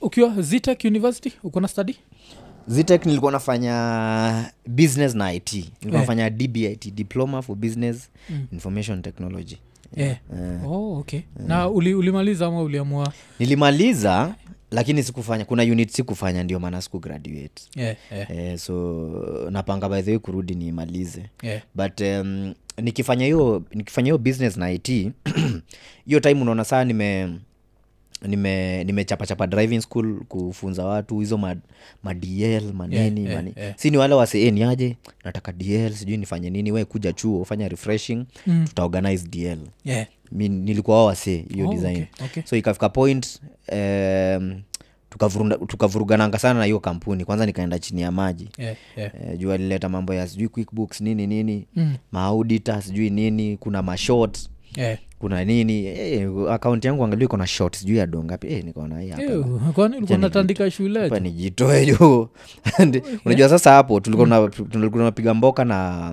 ukiwa zitec university uko na study zitek nilikuwa nafanya business na it nilikuwa Eh. nafanya dbit diploma for business information technology yeah. oh, okay na uli, ulimaliza ama uliamua nilimaliza lakini sikufanya kuna unit sikufanya ndio maana siku graduate yeah, yeah, eh, so napanga by the way kurudi niimalize yeah. but um, nikifanya hiyo nikifanya hiyo business na it hiyo time unaona saa nime nime nimechapachapa driving school kufunza watu hizo ma, madl manini Yeah, yeah, mani. yeah. si ni wale wasee ni aje nataka dl sijui nifanye nini we kuja chuo fanya refreshing Mm. tutaorganize dl yeah. mi, nilikuwa wao wasee hiyo Oh, design okay, okay. so ikafika point um, tukavurunda- tukavurugananga sana na hiyo kampuni kwanza nikaenda chini ya maji yeah, yeah. Eh, juu alileta mambo ya sijui quickbooks nini nini mm. maaudita sijui nini kuna mashot yeah. kuna nini eh, akaunti yangu angalia iko na shot sijui ya dongapi eh, nikaona hii hapa Ew, kwani ulikuwa natandika shule hapa nijitoe juu And unajua sasa hapo tulikuwa tuna- tulikuwa tunapiga mboka na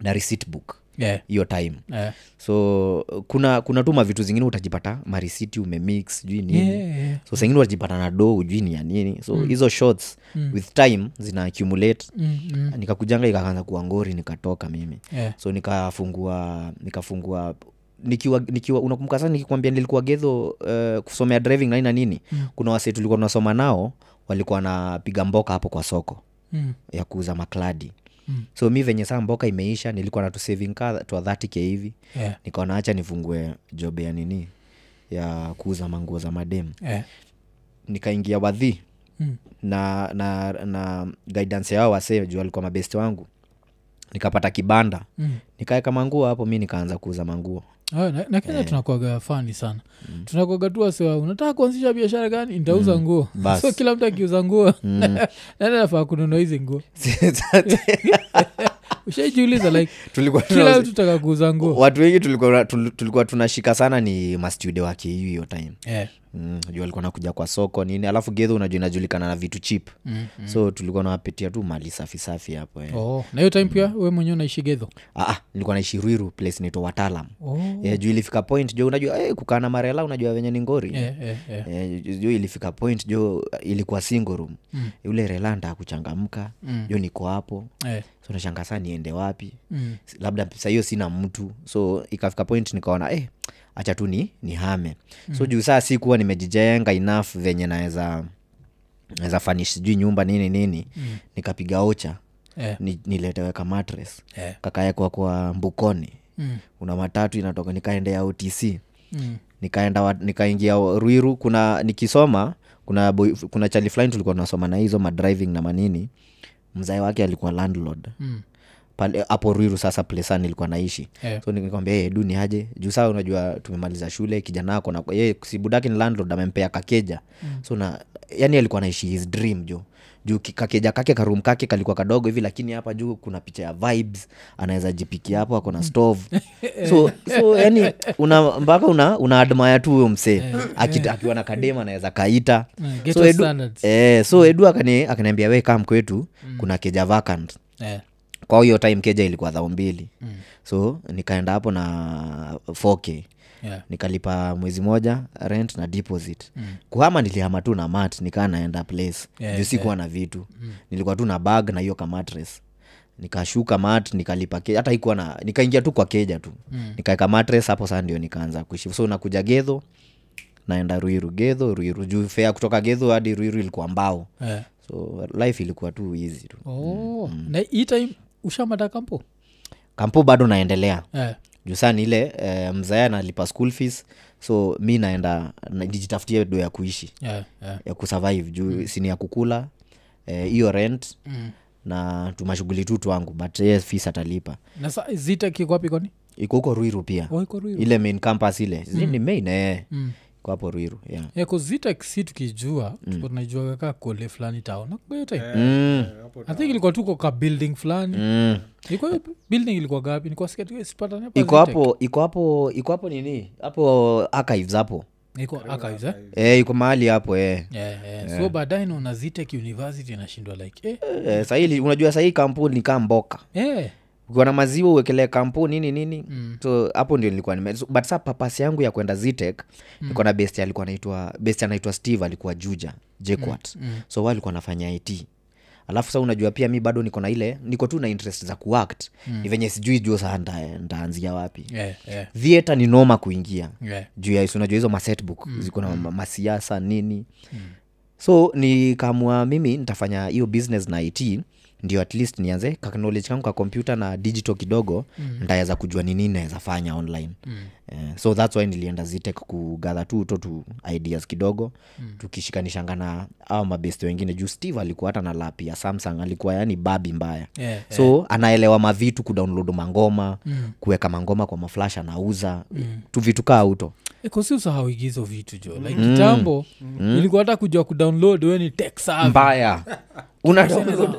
na receipt book yeah. hiyo time Yeah. so kuna kuna tu mavitu zingine utajipata marisiti umemix sijui nini Yeah, yeah. so sengine utajipata na do ujui ni ya nini so hizo shots with time zina accumulate Mm, mm. nikakujanga ikaanza kuwa ngori nikatoka mimi Yeah. so nikafungua nikafungua nikiwa nikiwa unakumbuka sana nikikwambia nilikuwa gedho uh, kusomea driving na nini na nini mm. kuna wase tulikuwa tunasoma nao walikuwa wanapiga mboka hapo kwa soko Mm. ya kuuza makladi mm. so mi venye saa mboka imeisha nilikuwa na tusaving ka twa 30 k hivi Yeah. nikaona hacha nifungue job ya nini ya kuuza manguo za mademu Yeah. nikaingia wadhi Mm. na na na guidance yao wasee juu alikuwa mabesti wangu nikapata kibanda Mm. nikaeka manguo hapo mi nikaanza kuuza manguo Ah, na, na kenya tunakwaga fani sana mm. tunakwaga tu wasiwa unataka kuanzisha biashara gani nitauza nguo Mm. Bas. Mm. so kila mtu akiuza nguo nani anafaa kununua hizi nguo ushaijiuliza like tulikuwa kila tuna, mtu taka kuuza nguo watu wengi tulikuwa, tul- tulikuwa tunashika sana ni mastudio wa kiu hiyo time yeah. mm, juu alikuwa nakuja kwa soko nini alafu gedho unajua inajulikana na vitu chip mm. so tulikuwa nawapitia tu mali safi safi hapo eh. oh. na hiyo time pia we mwenyewe unaishi gedho ah, ah, nilikuwa naishi ruiru place nito wataalam oh. Eh, juu ilifika point jo unajua eh, kukaa na marela unajua venye ni ngori yeah, yeah, yeah. Eh, ju- ju ilifika point jo ilikuwa single room mm. yule relanda akuchangamka mm. jo niko hapo Yeah. so nashanga saa niende wapi eh. Mm. S- labda sa hiyo sina mtu so ikafika point nikaona eh, acha tu ni ni hame mm. so juu saa sikuwa nimejijenga enough venye naweza naweza fanish sijui nyumba nini nini mm. nikapiga ocha Yeah. ni, nileteweka matres Yeah. kakaekwa kwa mbukoni eh. Mm. una matatu inatoka nikaendea otc Mm. nikaenda wa- nikaingia ruiru kuna nikisoma kuna boy, kuna chali fulani tulikuwa tunasoma na hizo madriving na manini mzae wake alikuwa landlord Mm. pale hapo ruiru sasa plesa nilikuwa naishi Yeah. so nikwambia hey, du ni aje juu saa unajua tumemaliza shule kijana ako na ye sibudaki ni landlord amempea kakeja mm. so na yani alikuwa naishi his dream jo juu ki- kakeja kake karum kake kalikuwa kadogo hivi lakini hapa juu kuna picha ya vibes anaweza jipikia hapo ako Mm. na stove so, so yani una, mpaka una, una admire tu huyo msee Aki- akiwa na kadema anaweza kaita Mm, ghetto so edu, standards. Mm. eh, so edu akani- akaniambia we kam kwetu kuna keja vacant Yeah. kwa hiyo time keja ilikuwa dhao mbili mm. so nikaenda hapo na 4k Yeah. nikalipa mwezi moja rent na deposit mm. kuhama nilihama tu na mat nikaa naenda place Yeah, yeah, juu sikuwa na vitu mm. nilikuwa tu na bag na hiyo kamatres nikashuka mat nikalipa ke- hata ikuwa na nikaingia tu kwa keja tu mm. nikaeka matres hapo saa ndio nikaanza kuishi so nakuja gedho naenda ruiru gedho ruiru juu fea kutoka gedho hadi ruiru ilikuwa mbao Yeah. so life ilikuwa tu hizi tu Oh. eh. na hii time ushamata kampo Eh, kampo bado naendelea yeah. juu saa ni ile eh, mzae analipa school fees so mi naenda na- nijitafutie do ya kuishi Yeah. Yeah. ya kusurvive juu sini ya kukula eh, hiyo rent mm. na tumashughuli tu twangu but yeye fees atalipa na sa zita kikwapi kwani iko huko ruiru pia waiko Oh, ruiru ile main campus ile mm. ni main eh. mm. iko hapo ruiru yeah. kozita Eh, si tukijua mm. tunajuaga ka kole fulani town nakumbuka hiyo time mm. i think ilikuwa tuko ka building fulani Mm. ilikuwa hiyo building ilikuwa gapi nikwasipatana iko hapo iko hapo iko hapo nini hapo archives hapo iko archives eh? eh, iko mahali hapo eh. yeah, yeah. so baadaye naona zitek university inashindwa like eh, Eh, sahii unajua sahii kampuni kaa mboka eh. ukiwa na maziwa uwekelee kampu nini nini Mm. so hapo ndio nilikuwa nime so, but saa papas yangu ya kwenda zitek mm. niko na best alikuwa naitwa best anaitwa steve alikuwa juja jequat mm. mm. so wa alikuwa anafanya it alafu sa unajua pia mi bado niko na ile niko tu na interest za kuact mm. ni venye sijui juo saa nda- ndaanzia wapi Yeah, yeah, theatre ni noma kuingia yeah. juu ya unajua hizo masetbook mm. ziko na ma- masiasa nini mm. so nikaamua mimi nitafanya hiyo business na it ndio at least nianze kaknowledge kangu ka kompyuta na digital kidogo mm. ntaweza kujua ni nini naweza fanya online mm. uh, so thats why nilienda zitek kugadha tu to tu ideas kidogo mm. tukishikanishanga na au mabest wengine juu steve alikuwa hata na lap ya samsung alikuwa yani babi mbaya Yeah, so anaelewa mavitu kudownload mangoma Eh. mm. kuweka mangoma kwa maflash anauza mm. tu vitu kaa uto kosi Eh, usahau igizo vitu jo like kitambo ilikuwa hata kujua kudownload we ni tech server. mbaya una download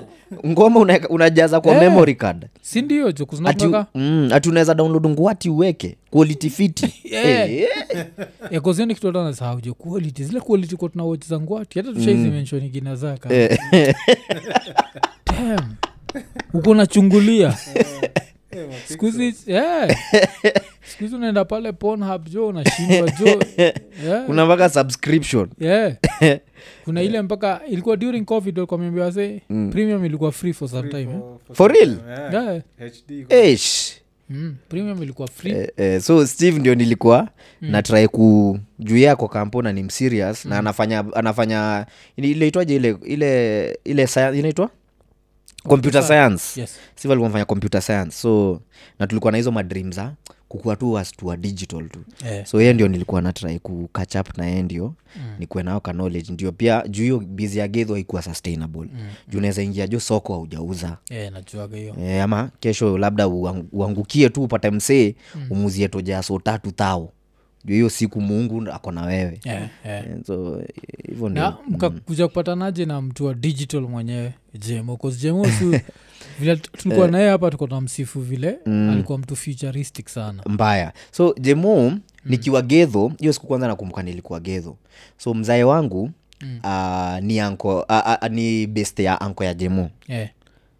ngoma unaeka- unajaza kwa memory card si ndio jo ati, kuzinatoka mm, ati unaweza download nguati uweke quality fiti Yeah. Eh, ekosio ni kitu hata nasahau jo quality zile quality kwa tuna watch za ngwati hata tushaizimenshoni gina zaka Eh. Damn. uko nachungulia eh, skuhizi yeah. skuhizi unaenda pale ponhub jo unashindwa jo yeah. kuna mpaka subscription yeah. kuna ile mpaka ilikuwa during covid walikuwa wameambiwa wase, Mm. premium ilikuwa free for some time eh? For real? yeah. hd Eish. Mm, premium ilikuwa free Eh, eh, so steve ndio nilikuwa mm. natrai ku juu yeye ako kampona ni mserious mm. na anafanya anafanya ilaitwaje ile ile ile science- inaitwa computer science yes siv alikuwa mfanya computer science so na tulikuwa na hizo madream za kukuwa tu wastua digital tu yeah. so yeye ndio nilikuwa natrai ku catch up na yeye ndio mm. nikuwe nao ka knowledge ndio pia juu hiyo bizi ya gedho haikuwa sustainable mm. juu unaweza ingia jo soko haujauza yeah, najuaga hiyo e, ama kesho labda uang- uangukie tu upate msee mm. umuzie toja so tatu thao juu hiyo siku muungu ako na wewe yeah, yeah. Eh, so eh, na hivyo ndio mkakuja kupatanaje na mtu wa digital mwenyewe jemo 'Cause jemo su vile tu- Eh. tulikuwa naye hapa tuko na msifu vile Mm. alikuwa mtu futuristic sana mbaya so jemo nikiwa gedho hiyo siku kwanza nakumbuka nilikuwa gedho so mzae wangu mm. uh, ni anko uh, uh, ni beste ya anko ya jemo yeah,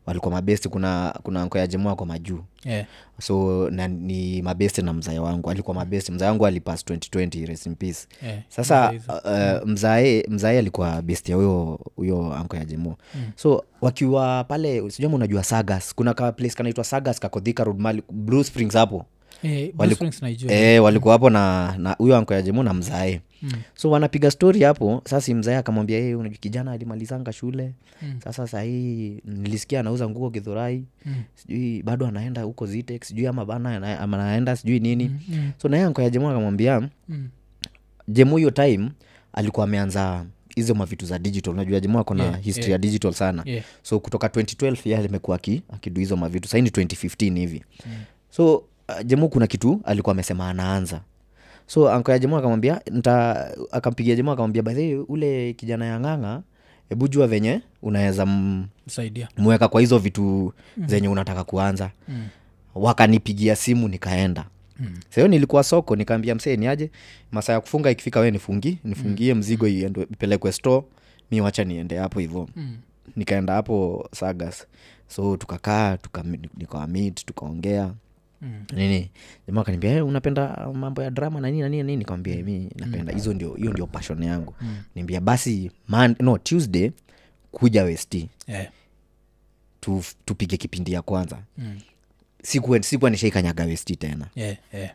walikuwa mabesti kuna kuna anko ya jemo ako majuu yeah. so na, ni mabeste na mzae wangu alikuwa mabeste mzae wangu alipas 2020 rest in peace Yeah, sasa hizo. uh, mzae mzae alikuwa best ya huyo huyo anko ya jemo mm. so wakiwa pale sijama unajua sagas kuna ka place kanaitwa sagas kakodhika road mali blue springs hapo Eh, Bruce Springs naijua. e, walikuwa hapo na na huyo anko ya jemo na mzae mm. so wanapiga stori hapo sasa mzae akamwambia hey, unajua kijana alimalizanga shule mm. sasa sahii nilisikia anauza nguo githurai mm. sijui bado anaenda huko zitek sijui ama bana ana- ama anaenda sijui nini mm, mm. so naye anko ya jemo akamwambia Mm. jemu hiyo time alikuwa ameanza hizo mavitu za digital unajua jemu ako na yeah, history yeah. ya digital sana Yeah. so kutoka 2012 ye alimekuwa aki- akidu hizo mavitu sahii ni 2015 hivi mm. so uh, jemu kuna kitu alikuwa amesema anaanza so anko ya jemu akamwambia nta akampigia jemu akamwambia bahe ule kijana ya ng'ang'a hebu jua venye unaweza m- Msaidia. mweka kwa hizo vitu mm. zenye unataka kuanza mm. wakanipigia simu nikaenda mm. sahiyo nilikuwa soko nikaambia msee niaje masaa ya kufunga ikifika we nifungi nifungie mm. mzigo iende- ipelekwe store mi wacha niende hapo hivo mm. nikaenda hapo sagas so tukakaa tuka, nikawamit tukaongea Mm. nini jamaa akaniambia "Eh, unapenda mambo ya drama na nini na nini na nini nikamwambia mi napenda hizo ndio hiyo ndio passion yangu mm. niambia basi man, no tuesday kuja westi Yeah. tu, tupige kipindi ya kwanza mm. sikuwa, sikuwa nishaikanyaga westi tena Yeah, yeah.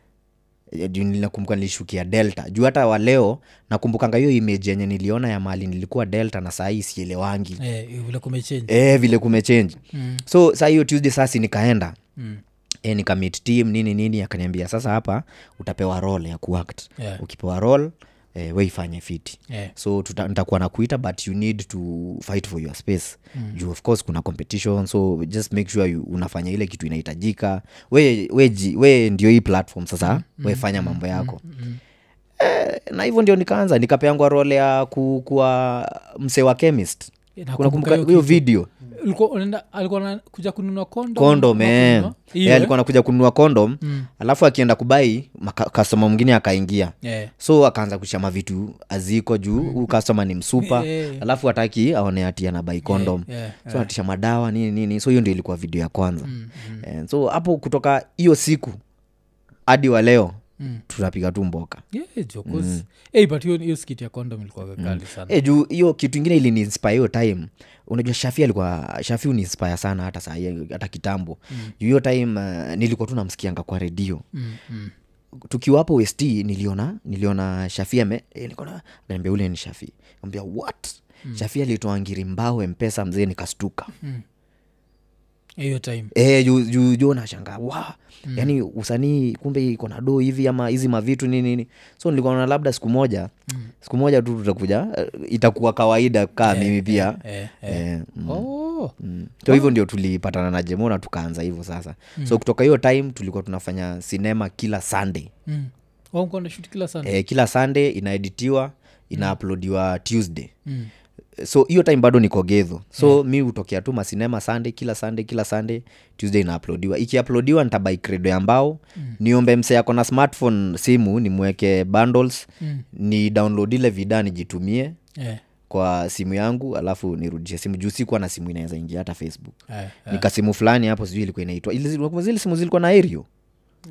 Eh, juu nakumbuka nilishukia delta juu hata wa leo nakumbukanga hiyo image yenye niliona ya mali nilikuwa delta na sahii sielewangi Eh, vile kumechange. e, vile kumechange mm. so saa hiyo tuesday sasi nikaenda mm e, nikamit team nini nini akaniambia sasa hapa utapewa rol ya kuact Yeah. ukipewa rol e, weifanye fiti Yeah. so tuta- nitakuwa na kuita but you need to fight for your space mm. juu of course kuna competition so just make sure you, unafanya ile kitu inahitajika we, we, ji- we ndio hii platform sasa mm. wefanya mambo yako mm. Eh, na hivyo ndio nikaanza nikapeangwa role ya ku- kuwa msee wa chemist unakumbuka hiyo video alikuwa kuja kununua kondo kondom eh. Eh, alikuwa anakuja kununua kondom Mm. alafu akienda kubai kastoma mwingine akaingia so akaanza kuchama vitu aziko juu huu kastoma ni msupa Eh, eh. alafu hataki aone ati anabai kondom so anatisha madawa nini nini so hiyo ndio ilikuwa video ya kwanza Eh, so hapo kutoka hiyo siku hadi wa leo Mm. tunapiga tu mboka Mm. but hiyo hiyo skiti ya kondom ilikuwa kali sana e, juu hiyo kitu ingine iliniinspire hiyo time unajua shafi alikuwa shafi uniinspire sana hata saa hata kitambo mm. juu hiyo time uh, nilikuwa tu namsikianga kwa redio Mm, mm. tukiwapo west niliona niliona shafi ame eh, nilikuwa naambia ule ni shafi ambia what mm. shafi alitoa ngiri mbao mpesa mzee nikastuka hiyo time e, juu juu- juu nashanga wa mm. yaani usanii kumbe iko na doo hivi ama hizi mavitu nini nini so nilikuwa naona labda siku moja mm. siku moja tu tutakuja eh, itakuwa kawaida kaa mimi pia eh, Eh, mm. oh. so hivyo ndio tulipatana na jemo na tukaanza hivyo sasa so kutoka hiyo time tulikuwa tunafanya sinema kila sunday mm. Wamekuwa na shoot kila sana eh, kila sunday inaeditiwa inauploadiwa tuesday Mm. so hiyo time bado niko gedho so mi hutokea tu masinema sunday kila sunday kila sunday tuesday inauploadiwa ikiuploadiwa nitabai credo ya mbao Mm. niombe mse ako na smartphone simu nimweke bundles Mm. ni download ile vida nijitumie Eh, kwa simu yangu alafu nirudishe simu juu sikuwa na simu inaweza ingia hata facebook eh, eh. nikasimu fulani hapo sijui ilikuwa inaitwa Ile zilikuwa- zile simu zilikuwa na erio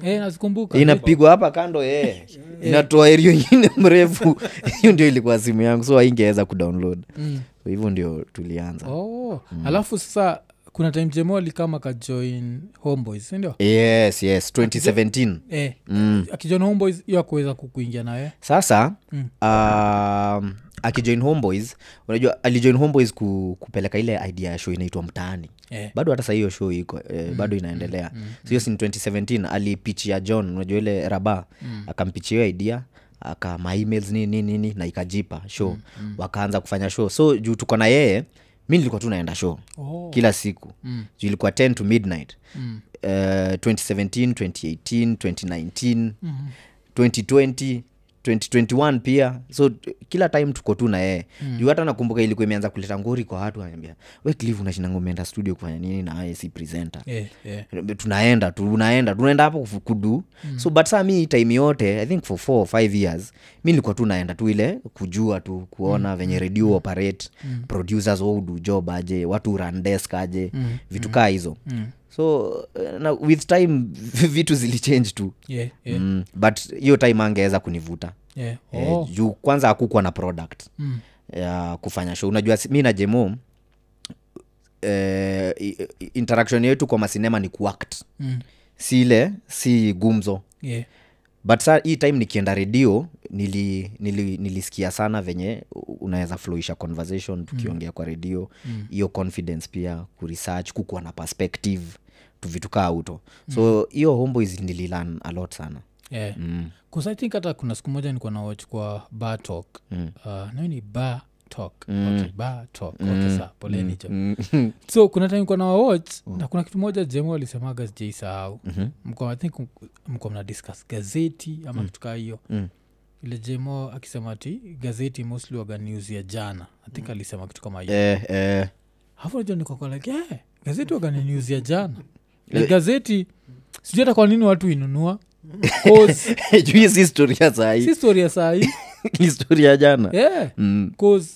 Eh, nazikumbuka inapigwa hapa kando eh. Mm. inatoa erio ingine mrefu hiyo ndio ilikuwa simu yangu so aingeweza kudownload Mm. so hivyo ndio tulianza oh. Mm. alafu sasa kuna time jemo alikama kajoin homeboys sindio yes yes 2017 eh, mm. akijoin homeboys hiyo akuweza kukuingia nawe sasa Mm. um, akijoin homeboys unajua alijoin homeboys ku, kupeleka ile idea ya show inaitwa mtaani eh. bado hata sahiyo show iko eh, bado inaendelea mm, so hiyo si ni 2017 alipichia john unajua ile raba mm. akampichia hiyo idea aka maemails nini nini nini na ikajipa show mm, wakaanza kufanya show so juu tuko na yeye mi nilikuwa tu naenda show oh. kila siku Mm. juu ilikuwa 10 to midnight Mm. uh, 2017 2018 2019 Mm-hmm. 2020 2021 pia so t- kila time tuko tu na yeye mm. juu hata nakumbuka ilikuwa imeanza kuleta ngori kwa watu ananiambia we clive unashindango umeenda studio kufanya nini na aye si presenter eh, eh. tunaenda tu unaenda tunaenda hapo kufu- kudu mm. so but saa mi time yote i think for four or five years mi nilikuwa tu naenda tu ile kujua tu kuona mm. venye redio operate mm. producers waudu job aje watu randesk aje mm. vitu kaa hizo mm. so eh, na with time vitu zilichange tu Yeah, yeah, mm. but hiyo time angeweza kunivuta yeah. oh. Oh. eh, juu kwanza hakukuwa na product Mm. ya kufanya show unajua si- mi na jemo eh, i- i- interaction yetu kwa masinema ni kuact Mm. si ile si gumzo Yeah. but sa hii time nikienda redio nili, nili, nilisikia sana venye unaweza flowisha Mm. conversation tukiongea kwa redio hiyo confidence pia kuresearch kukuwa na perspective tuvitukaa auto Mm. so hiyo homeboys nililan a lot sana Yeah. Mm. Cause I think hata kuna siku moja nilikuwa na watch kwa bar talk mm. uh, nani ni bar talk Mm. okay, bar talk okay, saa poleni jo so kuna time nilikuwa na watch Mm. na kuna kitu moja jemu alisemaga sijaisahau mko i think mko- mko mna discuss gazeti ama kitu kaa hiyo Mm-hmm. Mm. ile jemo akisema ti gazeti mostly waga news ya jana i think alisema kitu kama hiyo Mm. eh, eh, hapo najo nikokoleke eh, gazeti waganiniuzia jana Like, Eh. gazeti sijui hata kwa nini watu inunua Cause, juu hii si historia si sahii story ya sahii historia jana yeah. mm. cause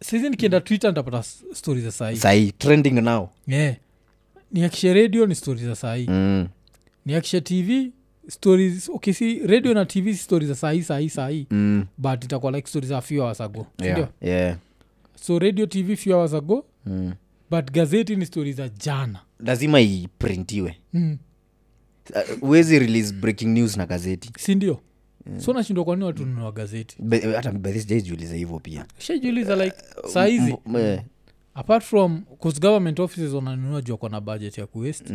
saizi nikienda twitter ntapata s- story za sahii sahii trending now yeah. niakishe radio ni story za sahii mm. niakishe tv stories okay si radio na tv si story za sahii sahii sahii Mm. but itakuwa like story za few hours ago Yeah. sindio? Yeah. so radio tv few hours ago Mm. but gazeti ni story za jana lazima iprintiwe mm. Uh, huwezi release breaking news na gazeti sindio mm. so nashindwa kwanini watu nunua gazeti Be- hata bedhi sijaijuliza hivyo pia shajiuliza like sahizi M- eh, apart from cause government offices wananunua juu wako na budget ya kuwest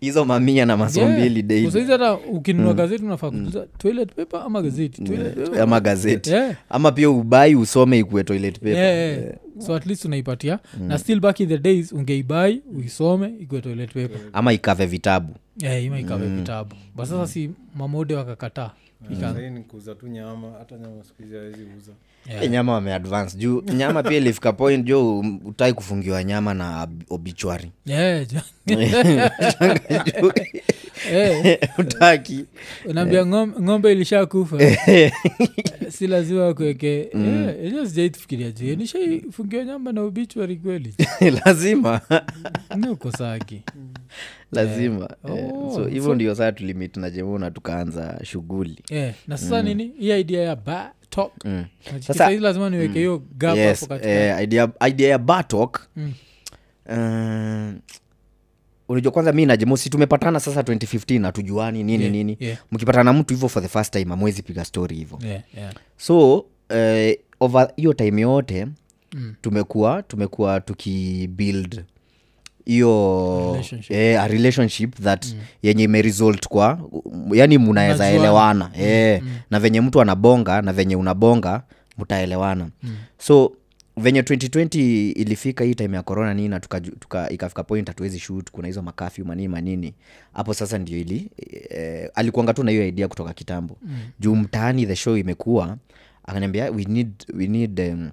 hizo mamia na maso mbili Yeah. daily Saizi hata ukinunua gazeti unafaa kuuza toilet paper ama gazeti Hmm. toilet paper. ama gazeti Yeah. ama pia ubai usome ikuwe toilet paper Yeah, Hmm. yeah. so at least unaipatia na still back in the days ungeibai uisome ikiwe toilet paper ama ikave vitabu Hmm. yeah, ima ikawe vitabu but sasa si mamode wakakataa sahii ni kuuza tu nyama hata nyama siku hizi hawezi uza yeah. nyama wameadvance juu nyama pia ilifika point jo utai kufungiwa nyama na ob- obituary Yeah, jo- Juu Eh, utaki unaambia ng'om- ng'ombe ilisha kufa si lazima akueke Eh, hiyo sijai tufikiria juu nishaifungiwa nyamba na ubichwari kweli Eh, lazima ni uko saki lazima Yeah. Eh, Oh, so so- hivyo ndio saa tulimit na jemuna tukaanza shughuli Eh, na sasa nini hii idea ya ba talk Mm. Unajikita Sasa- Mm. hizi lazima niweke hiyo gap hapo yes, katika eh, idea, idea ya batok Mm. mm. unajua kwanza mi najemosi tumepatana sasa 2015 hatujuani nini Yeah, nini yeah. mkipatana na mtu hivyo for the first time amwezi piga story hivyo Yeah, yeah. so eh, over hiyo time yote Mm. tumekuwa tumekuwa tukibuild hiyo Relationship. Mm. eh, a relationship that yenye imeresult kwa yani mnaweza Mnajuana. Mm. elewana eh, na venye mtu anabonga na venye unabonga mtaelewana mm. so venye 2020 ilifika hii time ya corona nini na tuka, tuka, ikafika point hatuwezi shoot kuna hizo makafyu manini manini hapo sasa ndio ili eh, alikuanga tu na hiyo idea kutoka kitambo mm. juu mtaani the show imekuwa akaniambia we need, we need um,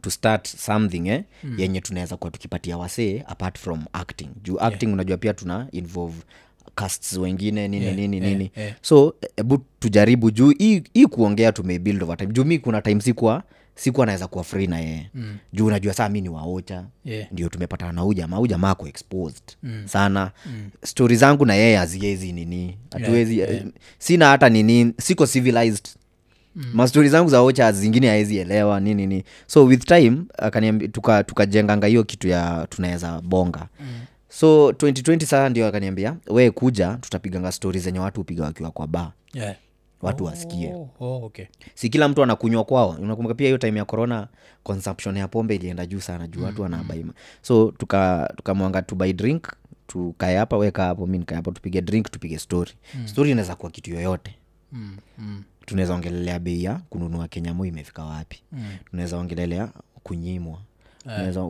to start something eh, mm. yenye tunaweza kuwa tukipatia wasee apart from acting juu acting yeah. unajua pia tuna involve casts wengine nini yeah, nini yeah, nini yeah. so hebu tujaribu juu hii hii kuongea tumebuild over time juu mi kuna time sikuwa sikuwa naweza kuwa free na yeye mm. juu unajua saa mi ni waocha Yeah. ndio tumepatana na ujamaa ujamaa ako exposed mm. sana mm. stori zangu na yeye haziezi nini hatuwezi yeah, yeah. sina hata nini siko civilized mm. mastori zangu za ocha zingine haezi elewa nini ni so with time akaniambi- tuka tukajenganga hiyo kitu ya tunaweza bonga mm so 2020 saa ndio akaniambia we kuja tutapiganga stori zenye watu hupiga wakiwa kwa baa Yeah. watu wasikie Oh, oh, okay. si kila mtu anakunywa kwao unakumbuka pia hiyo time ya corona consumption ya pombe ilienda juu sana juu watu wanabaima so tukamwanga tuka tukamwanga tubuy drink tukae hapa weka hapo mi nikae hapo tupige drink tupige story mm. story inaweza kuwa kitu yoyote Mm, mm, tunaweza ongelelea bei ya kununua kenyamo imefika wapi mm. tunaweza ongelelea kunyimwa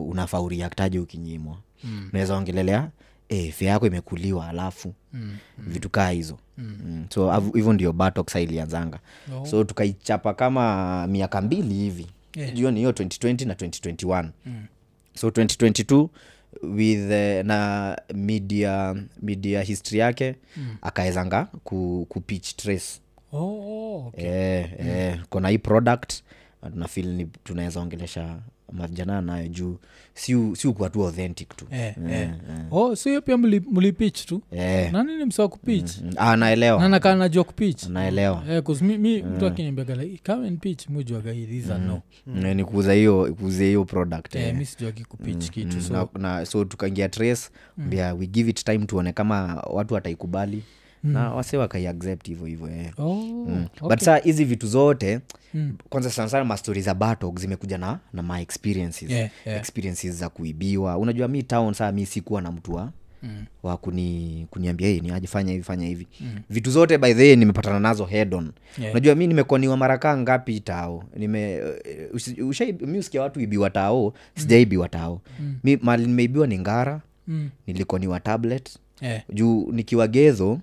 unaweza unafauriaktaje ukinyimwa Mm. unaweza ongelelea eh, fya yako imekuliwa alafu mm. vitu kaa hizo mm. Mm. so hav- hivyo ndio batoksa ilianzanga Oh. so tukaichapa kama miaka mbili hivi Yeah. jioni hiyo 2020 na 2021 Eh. mm. so 2022 with eh, na media media history yake mm. akaezanga ku, ku pitch trace Oh, oh, okay. eh, eh, kona hii product na tunafeel ni tunaweza ongelesha mavijana nayo juu si u- si ukuwa tu authentic tu Eh, eh. mm. Oh, so hiyo pia mli- mlipitch tu Eh, nani ni msaa kupitch mm, ah, naelewa nanakaa najua kupitch naelewa Eh, 'cause mi, mi Mm. mtu akinimbegala come and pitch mujuagairiza no Eh, ni kuuza hiyo kuuzia hiyo product eh. eh, mi sijuagi kupitch kitu so Mm. na, na, so tukaingia trace mbia we give it time tuone kama watu wataikubali Mm. na wase wakaiaccept hivyo hivyo eh. oh, okay. but saa hizi vitu zote mm. kwanza sana sana mastori za battle zimekuja na, na my experiences Yeah, yeah. experiences za kuibiwa unajua mi town saa mi sikuwa na mtu wa mm. wa kuni, kuniambia hey, ni aje fanya hivi fanya hivi mm. vitu zote by the way nimepatana nazo head on Yeah. unajua mi nimekoniwa marakaa ngapi tao nime eh, usi- ushai- mi usikia watu ibiwa tao sijaibiwa tao mm. mi mali nimeibiwa ni ngara Mm. nilikoniwa tablet eh, juu nikiwa gedho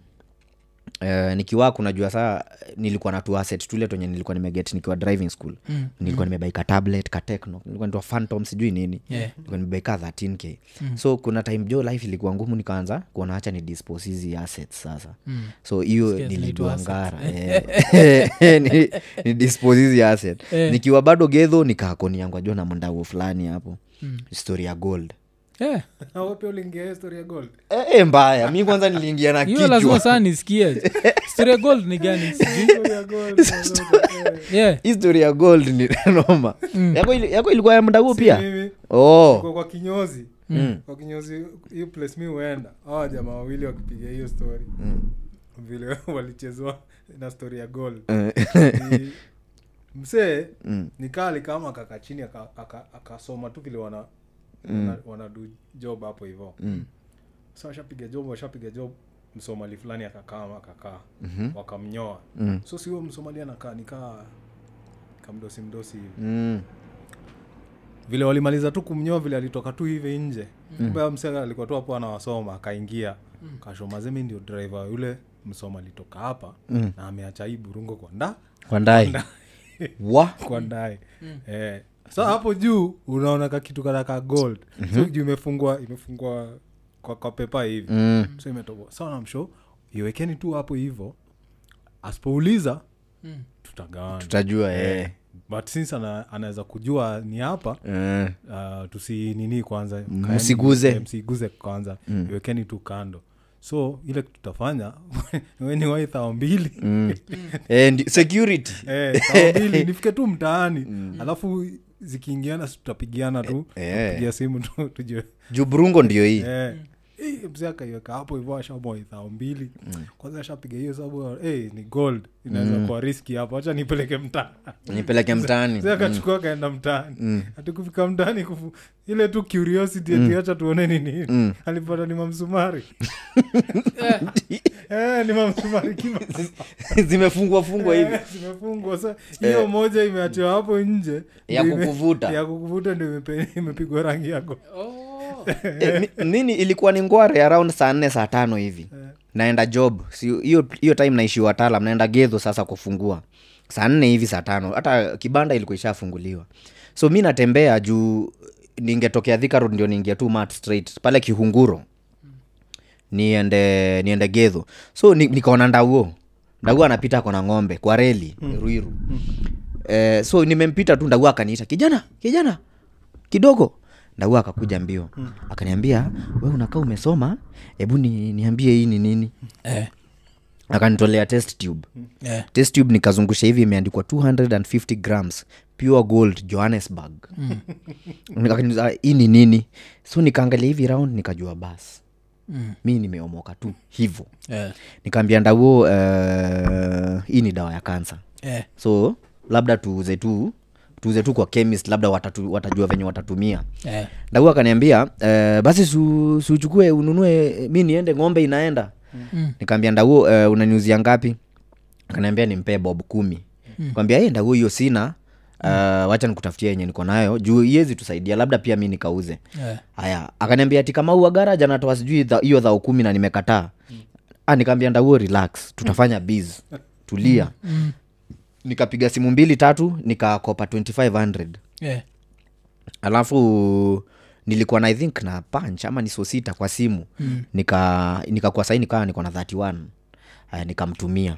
Uh, nikiwa kunajua saa nilikuwa na tu asset tule tenye nilikuwa nimeget nikiwa driving school mm. nilikuwa nimebaika tablet katekno nilikuwa nitoa phantom sijui nini Yeah. nilikuwa nimebaika 13k mm. so kuna time jo life ilikuwa ngumu nikaanza kuona hacha ni dispose hizi assets sasa mm. so hiyo nilibiwa ngara Eh, ni, ni dispose hizi asset nikiwa bado gedho nikaakoni yangu ajua na mndauo fulani hapo mm. story ya gold eh, Wewe pia uliingia hiyo story ya gold Eh, eh, mbaya mi kwanza niliingia na hiyo kichwa lazima sana nisikie Story ya gold ni gani Sijui. Story ya gold, eh, yeah. history ya gold ni noma Mm. yako, ili- yako ilikuwa ya muda huo pia mimi oh. kwa, kwa kinyozi Mm. kwa kinyozi hiyo place mi huenda awa jamaa wawili wakipiga hiyo story Mm. vile walichezwa na story ya gold Eh. Ni- msee nikaa alikama akakaa chini aka- aka- akasoma tu vile wana wana- wanadu job hapo hivo so ashapiga job washapiga job msomali fulani akakama akakaa wakamnyoa so sihuo msomali anakaa nikaa kamdosi mdosi hivi Mm. vile walimaliza tu kumnyoa vile alitoka tu hivi nje mm. mse alikuwa tu hapo anawasoma akaingia mm. kashomazemi ndio driver yule msoma alitoka hapa na ameacha hii burungo kwa nda kwa ndae wa kwa ndae eh, sa hapo juu unaona kakitu kataka gold Mhm. so juu imefungwa imefungwa kwa, kwa pepa hivi Mm. so imetoboa sa namsho iwekeni tu hapo hivo asipouliza tutagawana tutajua eh. but since ana, anaweza kujua ni hapa Eh. uh, tusinini kwanza Mm, msiguze. Mm. Kaeni- eh, msiguze kwanza iwekeni tu kando so ile kitu tutafanya weni wai thao mbili Eh, ndi- security Eh, thao mbili nifike tu mtaani alafu zikiingiana si tutapigiana tu Mm. Eh. pigia simu tu tujue juu burungo ndio hii Eh, eh, mzee akaiweka hapo hivyo ashaboa thao mbili Mm. kwanza ashapiga hiyo sababu eh, ni gold inaweza kuwa riski hapo hacha nipeleke Mm. mtaa nipeleke mtaani Mzee akachukua akaenda mtaani Mm. hatukufika mtaani kufu, ile tu curiosity eti acha tuone ni nini Mm. alipata ni mamsumari eh, ni mamsumari kibao. zimefungwa fungwa hivi Eh, zimefungwa sa hiyo moja imeachiwa hapo nje Eh. Ya ndio ime- kukuvuta. ya kukuvuta ndio imepe- imepigwa rangi yako Oh. Eh, ni- nini ilikuwa ni ngware around saa nne saa tano hivi naenda job Si- hiyo hiyo time naishi wataalam naenda gedho sasa kufungua saa nne hivi saa tano hata kibanda ilikuwa ishafunguliwa so mi natembea juu ningetokea Thika Road ndio niingia tu mat straight pale kihunguro niende niende gedho so ni, nikaona ndauo ndauo anapita kona ng'ombe kwa reli ruiru eh, so nimempita tu ndauo akaniita kijana kijana kidogo ndau akakuja mbio akaniambia we unakaa umesoma hebu ni, niambie hii ni nini Eh, akanitolea test tube eh. test tube nikazungusha hivi imeandikwa 250 grams pure gold johannesburg akaniuliza hii ni nini so nikaangalia hivi round nikajua bas Mm. mi nimeomoka tu hivo Eh, nikaambia ndauo eh, hii ni dawa ya kansa eh. so labda tuuze tu tuuze tu kwa chemist labda watatu, watajua venye watatumia Eh. dau akaniambia eh, basi su- siuchukue ununue mi niende ng'ombe inaenda mm. nikaambia ndauo eh, unaniuzia ngapi akaniambia nimpee bob kumi mm. kaambia hey, ndauo hiyo sina Uh, wacha nikutafutia yenye niko nayo juu iwezi tusaidia labda pia mi nikauze Eh. haya akaniambia ati kama ua garaja natoa sijui dha- hiyo dhao kumi na nimekataa mm. nikaambia ndauo relax tutafanya biz tulia mm. nikapiga simu mbili tatu nikakopa 2500 Eh. alafu nilikuwa na i think na punch ama ni so sita kwa simu mm. nika nikakuwa sahii nikawa niko na 31 aya nikamtumia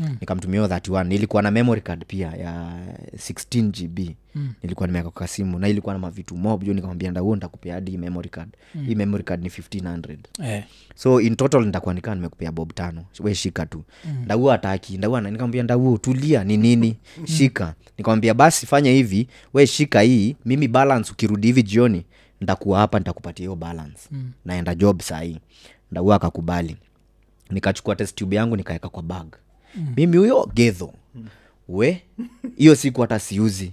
Mm. nikamtumia hiyo 31 nilikuwa na memory card pia ya 16 gb mm. nilikuwa nimeweka kwa simu na ilikuwa na mavitu mob juu nikamwambia ndauo nitakupea hadi hii memory card mm. hii memory card ni 1500 Eh. so in total nitakuwa nikaa nimekupea bob tano we shika tu mm. ndau ataki ndau ana- nikamwambia ndau tulia ni nini shika nikamwambia basi fanya hivi we shika hii mimi balance ukirudi hivi jioni ntakuwa hapa nitakupatia hiyo balance mm. naenda job sahii ndau akakubali nikachukua test tube yangu nikaeka kwa bag mm. mimi huyo gedho mm. we hiyo siku hata siuzi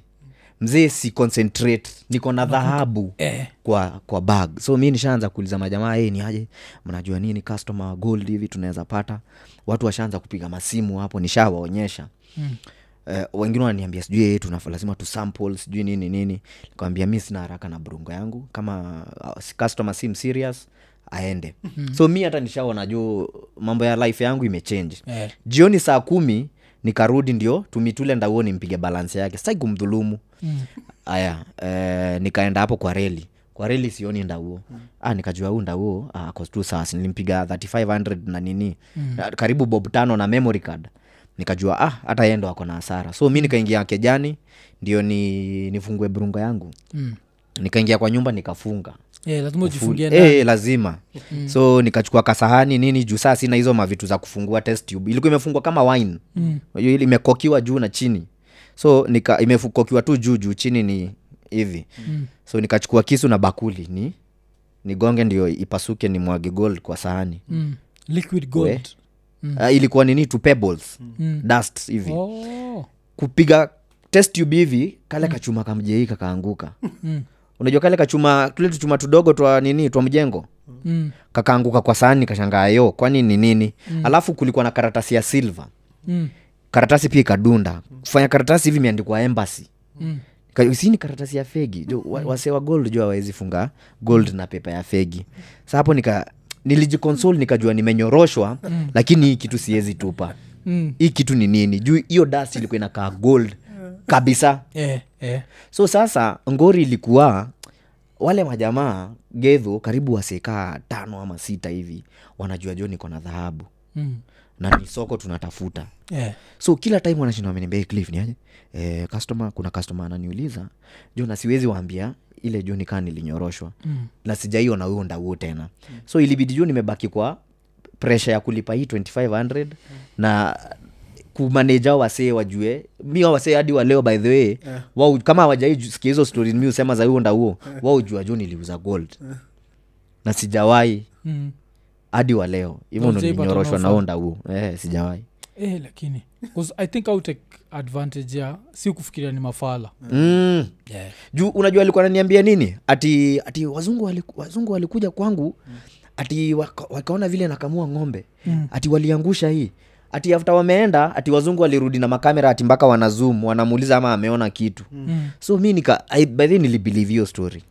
mzee si concentrate niko na dhahabu Eh. kwa kwa bag so mi nishaanza kuuliza majamaa hey, ni aje mnajua nini customer wa gold hivi tunaweza pata watu washaanza kupiga masimu hapo nishawaonyesha mm. Uh, wengine wananiambia sijui hey, tuna lazima tu sample sijui nini nini nikamwambia mi sina haraka na burungo yangu kama uh, si- customer sim serious aende mm. so mi hata nishaona juu mambo ya life yangu imechange Eh. jioni saa kumi nikarudi ndio tumitule ndauo nimpige balansi yake sitaki kumdhulumu haya eh, nikaenda hapo kwa reli kwa reli sioni ndauo mm. ah, nikajua huu ndauo ah, ako tu sasa nilimpiga 3500 na nini mm. karibu bob tano na memory card nikajua ah, hata yeye ndo ako na hasara so mi nikaingia kejani ndio ni nifungue brunga yangu Mm. nikaingia kwa nyumba nikafunga Eh, lazima ujifungie ndani. e, lazima so nikachukua kasahani nini juu saa sina hizo mavitu za kufungua test tube ilikuwa imefungwa kama wine mm. imekokiwa juu na chini so nika imekokiwa tu juu juu chini ni hivi mm. so nikachukua kisu na bakuli ni nigonge ndio ipasuke ni mwage gold kwa sahani Mm. liquid gold mm. uh, ilikuwa nini tu pebbles mm. dust hivi Oh. kupiga test tube hivi kale kachuma kamjei kakaanguka Mm. unajua kale kachuma tule tuchuma tudogo twa nini twa mjengo Mm. kakaanguka kwa sahani kashangaa yo kwani ni nini mm. alafu kulikuwa na karatasi ya silva Mm. karatasi pia ikadunda kufanya karatasi hivi imeandikwa embassy Mm. Ka- si ni karatasi ya fegi Jo, wa- wasee wa gold juu hawawezi funga gold na pepa ya fegi sa hapo nika nilijikonsol nikajua nimenyoroshwa lakini hii kitu siwezi tupa Mm. hii kitu ni nini juu hiyo dasi ilikuwa inakaa gold kabisa Eh, eh. so sasa ngori ilikuwa wale majamaa gedho karibu wasekaa tano ama sita hivi wanajua jo niko na dhahabu Mm. na ni soko tunatafuta Eh. so kila time wanashinda wameniambia "Hey, cliff ni aje eh, customer kuna customer ananiuliza jo na siwezi waambia ile jo nikaa nilinyoroshwa mm. na sijaiona huyo ndauo tena mm. so ilibidi jo nimebaki kwa presha ya kulipa hii 2500 mm. na kumaneja wasee wajue mi hao wasee hadi waleo by the way yeah. wao kama hawajaisikia hizo stori mi husema za huo ndauo yeah. wao jua jo niliuza gold yeah. na sijawahi Mm. hadi waleo hivyo ndo Hujaipata ninyoroshwa na na huo ndauo eh, sijawahi Eh, lakini 'Cause i think au take advantage ya si kufikiria ni mafala mm. yeah. juu unajua alikuwa ananiambia nini ati ati wazungu, waliku, wazungu walikuja kwangu ati waka, wakaona vile nakamua ng'ombe mm. ati waliangusha hii ati afta wameenda ati wazungu walirudi na makamera ati mpaka wanazum wanamuuliza ama ameona kitu mm. so mi nika I- by the way nilibelieve hiyo story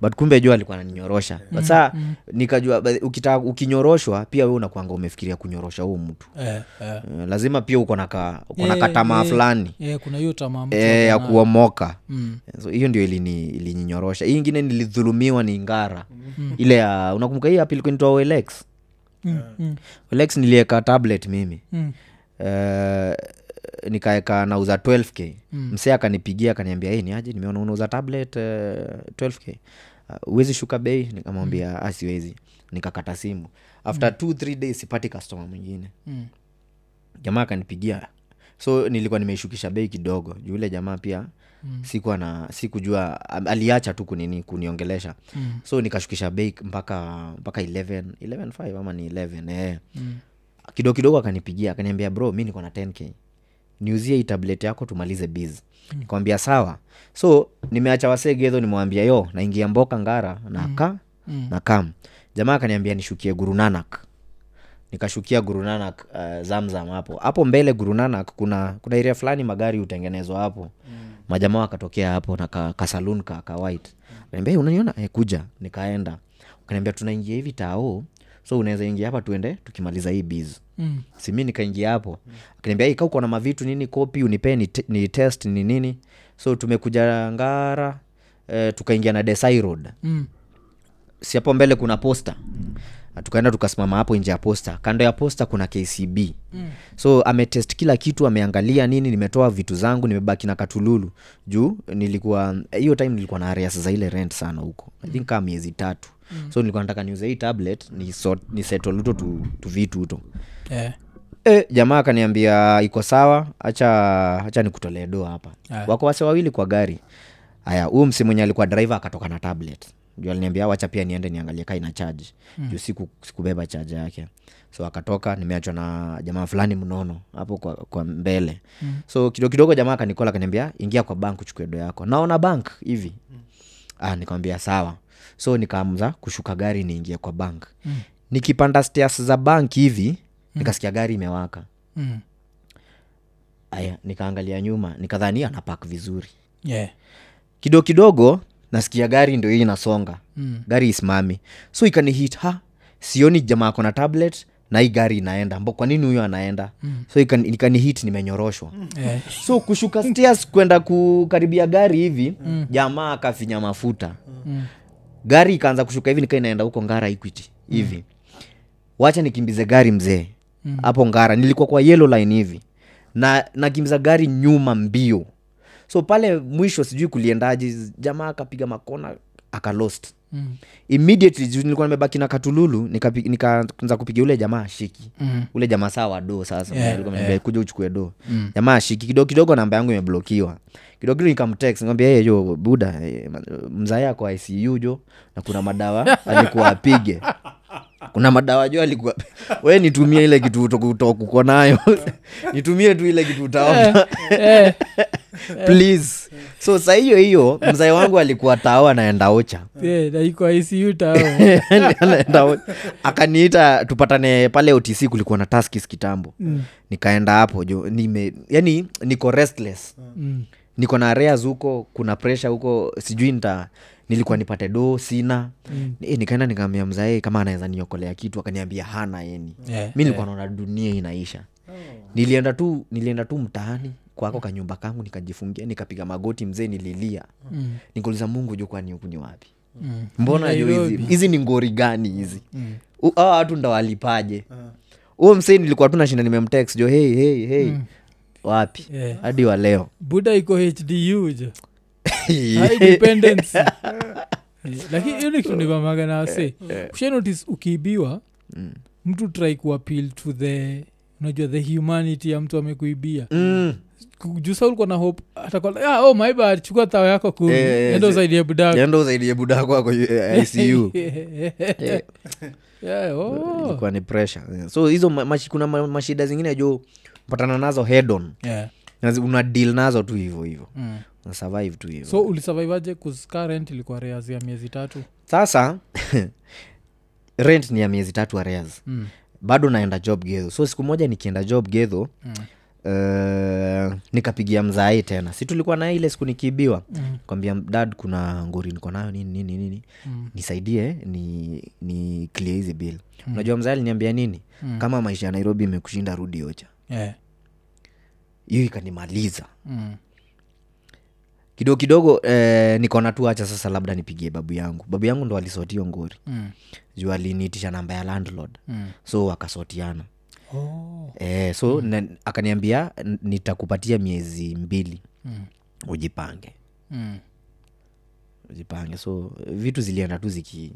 but kumbe jua alikuwa ananinyorosha but saa nikajua but ukita, ukinyoroshwa pia we unakwanga umefikiria kunyorosha huu mtu Eh, eh. Eh, lazima pia uko na ka- uko na Eh, katamaa eh, fulani Eh, kuna hiyo tamaa mtu eh, ya ana- kuomoka Mm. so hiyo ndio ilini- ilininyorosha hii ingine nilidhulumiwa ni ngara ile ya unakumbuka hii hapa ilikuwa nitoa olex Mm, mm, olex nilieka tablet mimi mm. uh, nikaeka nauza 12k mm. msee akanipigia akaniambia hey, ni aje nimeona unauza tablet uh, 12k Uh, huwezi shuka bei nikamwambia mm. asiwezi nikakata simu after mm. two three days sipati customer mwingine Mm. jamaa akanipigia so nilikuwa nimeishukisha bei kidogo juu yule jamaa pia mm. sikuwa na sikujua am- aliacha tu kunini kuniongelesha mm. so nikashukisha bei mpaka mpaka 11 115 ama ni 11 eh. mm. kidogo kidogo akanipigia akaniambia bro mi niko na 10k niuzie hii tablet yako tumalize biz mm. nikamwambia sawa so nimeacha wasegedho nimwambia yo naingia mboka ngara na ka mm. na kam jamaa akaniambia nishukie guru nanak nikashukia gurunanak uh, zamzam hapo hapo mbele gurunanak kuna kuna iria fulani magari hutengenezwa hapo mm. majamaa wakatokea hapo na ka, kasalun ka, ka white mm. unaniona e, kuja nikaenda ukaniambia tunaingia hivi tao so unaweza ingia hapa tuende tukimaliza hii biz Mm. simi nikaingia hapo akaniambia "Hey, ka uko na mavitu nini kopi unipee ni, ni test ni nini so tumekuja ngara eh, tukaingia na desai road Mm. si hapo mbele kuna posta Na tukaenda tukasimama hapo nje ya posta kando ya posta kuna kcb mm. so ametest kila kitu ameangalia nini nimetoa vitu zangu nimebaki na katululu juu nilikuwa hiyo time nilikuwa na arias za ile rent sana huko i think kaa miezi tatu mm. so nilikuwa nataka niuze hii tablet ni, sort, ni setoluto tu, tu vitu huto Eh, e, jamaa akaniambia iko sawa hacha hacha nikutolee doa hapa Aya. wako wase wawili kwa gari haya huyu msi mwenye alikuwa driver akatoka na tablet juu aliniambia wacha pia niende niangalie kaa ina charge mm. juu siku, sikubeba chaja yake so akatoka nimeachwa na jamaa fulani mnono hapo kwa, kwa mbele mm. so kidogo kidogo jamaa akanikola akaniambia ingia kwa bank uchukue do yako naona bank hivi mm. ah, nikamwambia sawa so nikaamza kushuka gari niingie kwa bank mm. nikipanda stairs za bank hivi nikasikia gari imewaka mm. aya nikaangalia nyuma nikadhania anapak vizuri Yeah. kidogo kidogo nasikia gari ndio hii inasonga Mm. gari isimami so ikanihit ha sioni jamaa kona tablet na hii gari inaenda mbo kwa nini huyo anaenda mm. so ikan- ikanihit nimenyoroshwa Eh, so kushuka stairs kwenda kukaribia gari hivi jamaa akafinya mafuta gari ikaanza kushuka hivi nikaa inaenda huko ngara equity hivi wacha nikimbize gari mzee Mm. hapo ngara nilikuwa kwa yellow line hivi na nakimbiza gari nyuma mbio so pale mwisho sijui kuliendaji jamaa akapiga makona akalost Mm. immediately juu nilikuwa nimebaki na katululu nikapi- nikaanza kupiga ule jamaa shiki Mm. ule jamaa saa wa doo sasa Yeah, alikuwa ameniambia, yeah. Mm. kuja uchukue doo jamaa ashiki kidogo kidogo namba yangu imeblokiwa kidogo kidogo nikamtext nikamwambia yeye yo buda eh, ma- mzaya kwa icu jo na kuna madawa alikuwa apige kuna madawa jo alikuwa we nitumie ile kitu uto- uto- kuko nayo nitumie tu ile kitu utaona Eh, please so saa hiyo hiyo mzaya wangu alikuwa tao anaenda ocha Yaani eh, na iko ICU tao. Anaenda o- akaniita tupatane pale otc kulikuwa na taskis kitambo mm. nikaenda hapo jo nime yani niko restless Mm. niko na areas huko kuna pressure huko sijui nita nilikuwa nipate do sina mm. e, nikaenda nikaambia mzae kama anaweza niokolea kitu akaniambia hana yaani. yani Yeah, mi nilikuwa naona dunia inaisha Oh. nilienda tu nilienda tu mtaani kwako kanyumba kangu nikajifungia nikapiga magoti mzee nililia mm. nikauliza mungu juu kwani huku ni wapi mm. mbona juu hizi hizi ni ngori gani hizi Mm. U- hawa watu ndawalipaje Ah. huo msee nilikuwa tu nashinda nimemtext jo hei hei hei wapi Mm. Yeah. hadi wa leo buda iko hdu jo High dependency. Eh, lakini hiyo ni kitu nivamaga na wase kushanotis ukiibiwa mtu try kuapil to the unajua the humanity ya mtu amekuibia Mm. jusa ulikuwa na hope atakwambia, "Ah, oh my bad chukua tawa yako kumi Eh, eh, enda eh, usaidie budako Nenda usaidie buda kwako eh, icu Eh, Yeah, oh. ilikuwa ni pressure Yeah. so hizo ma- mashi, kuna ma- mashida zingine jo patana nazo head on Yeah. Na zi- una deal nazo tu hivyo hivyo Mm. na survive tu hivyo so ulisurvivaje kuska rent ilikuwa reaz ya miezi tatu sasa rent ni ya miezi tatu areas mm. bado naenda job gedho so siku moja nikienda job gedho Mm. Uh, nikapigia mzaai tena si tulikuwa na ile siku nikiibiwa Mm. kwambia dad kuna ngori niko nayo nini nini nini Mm. nisaidie ni ni clear hizi bill unajua mzaai aliniambia nini Mm. kama maisha ya nairobi imekushinda rudi ocha Yeah. hiyo ikanimaliza Mm. kidogo kidogo eh, nikaona tu hacha sasa labda nipigie babu yangu babu yangu ndo alisotio ngori Mm. juu aliniitisha namba ya landlord Mm. so akasotiana Oh. eh, so mm. na, akaniambia "N- nitakupatia miezi mbili Mm. ujipange Mm. ujipange so vitu zilienda tu ziki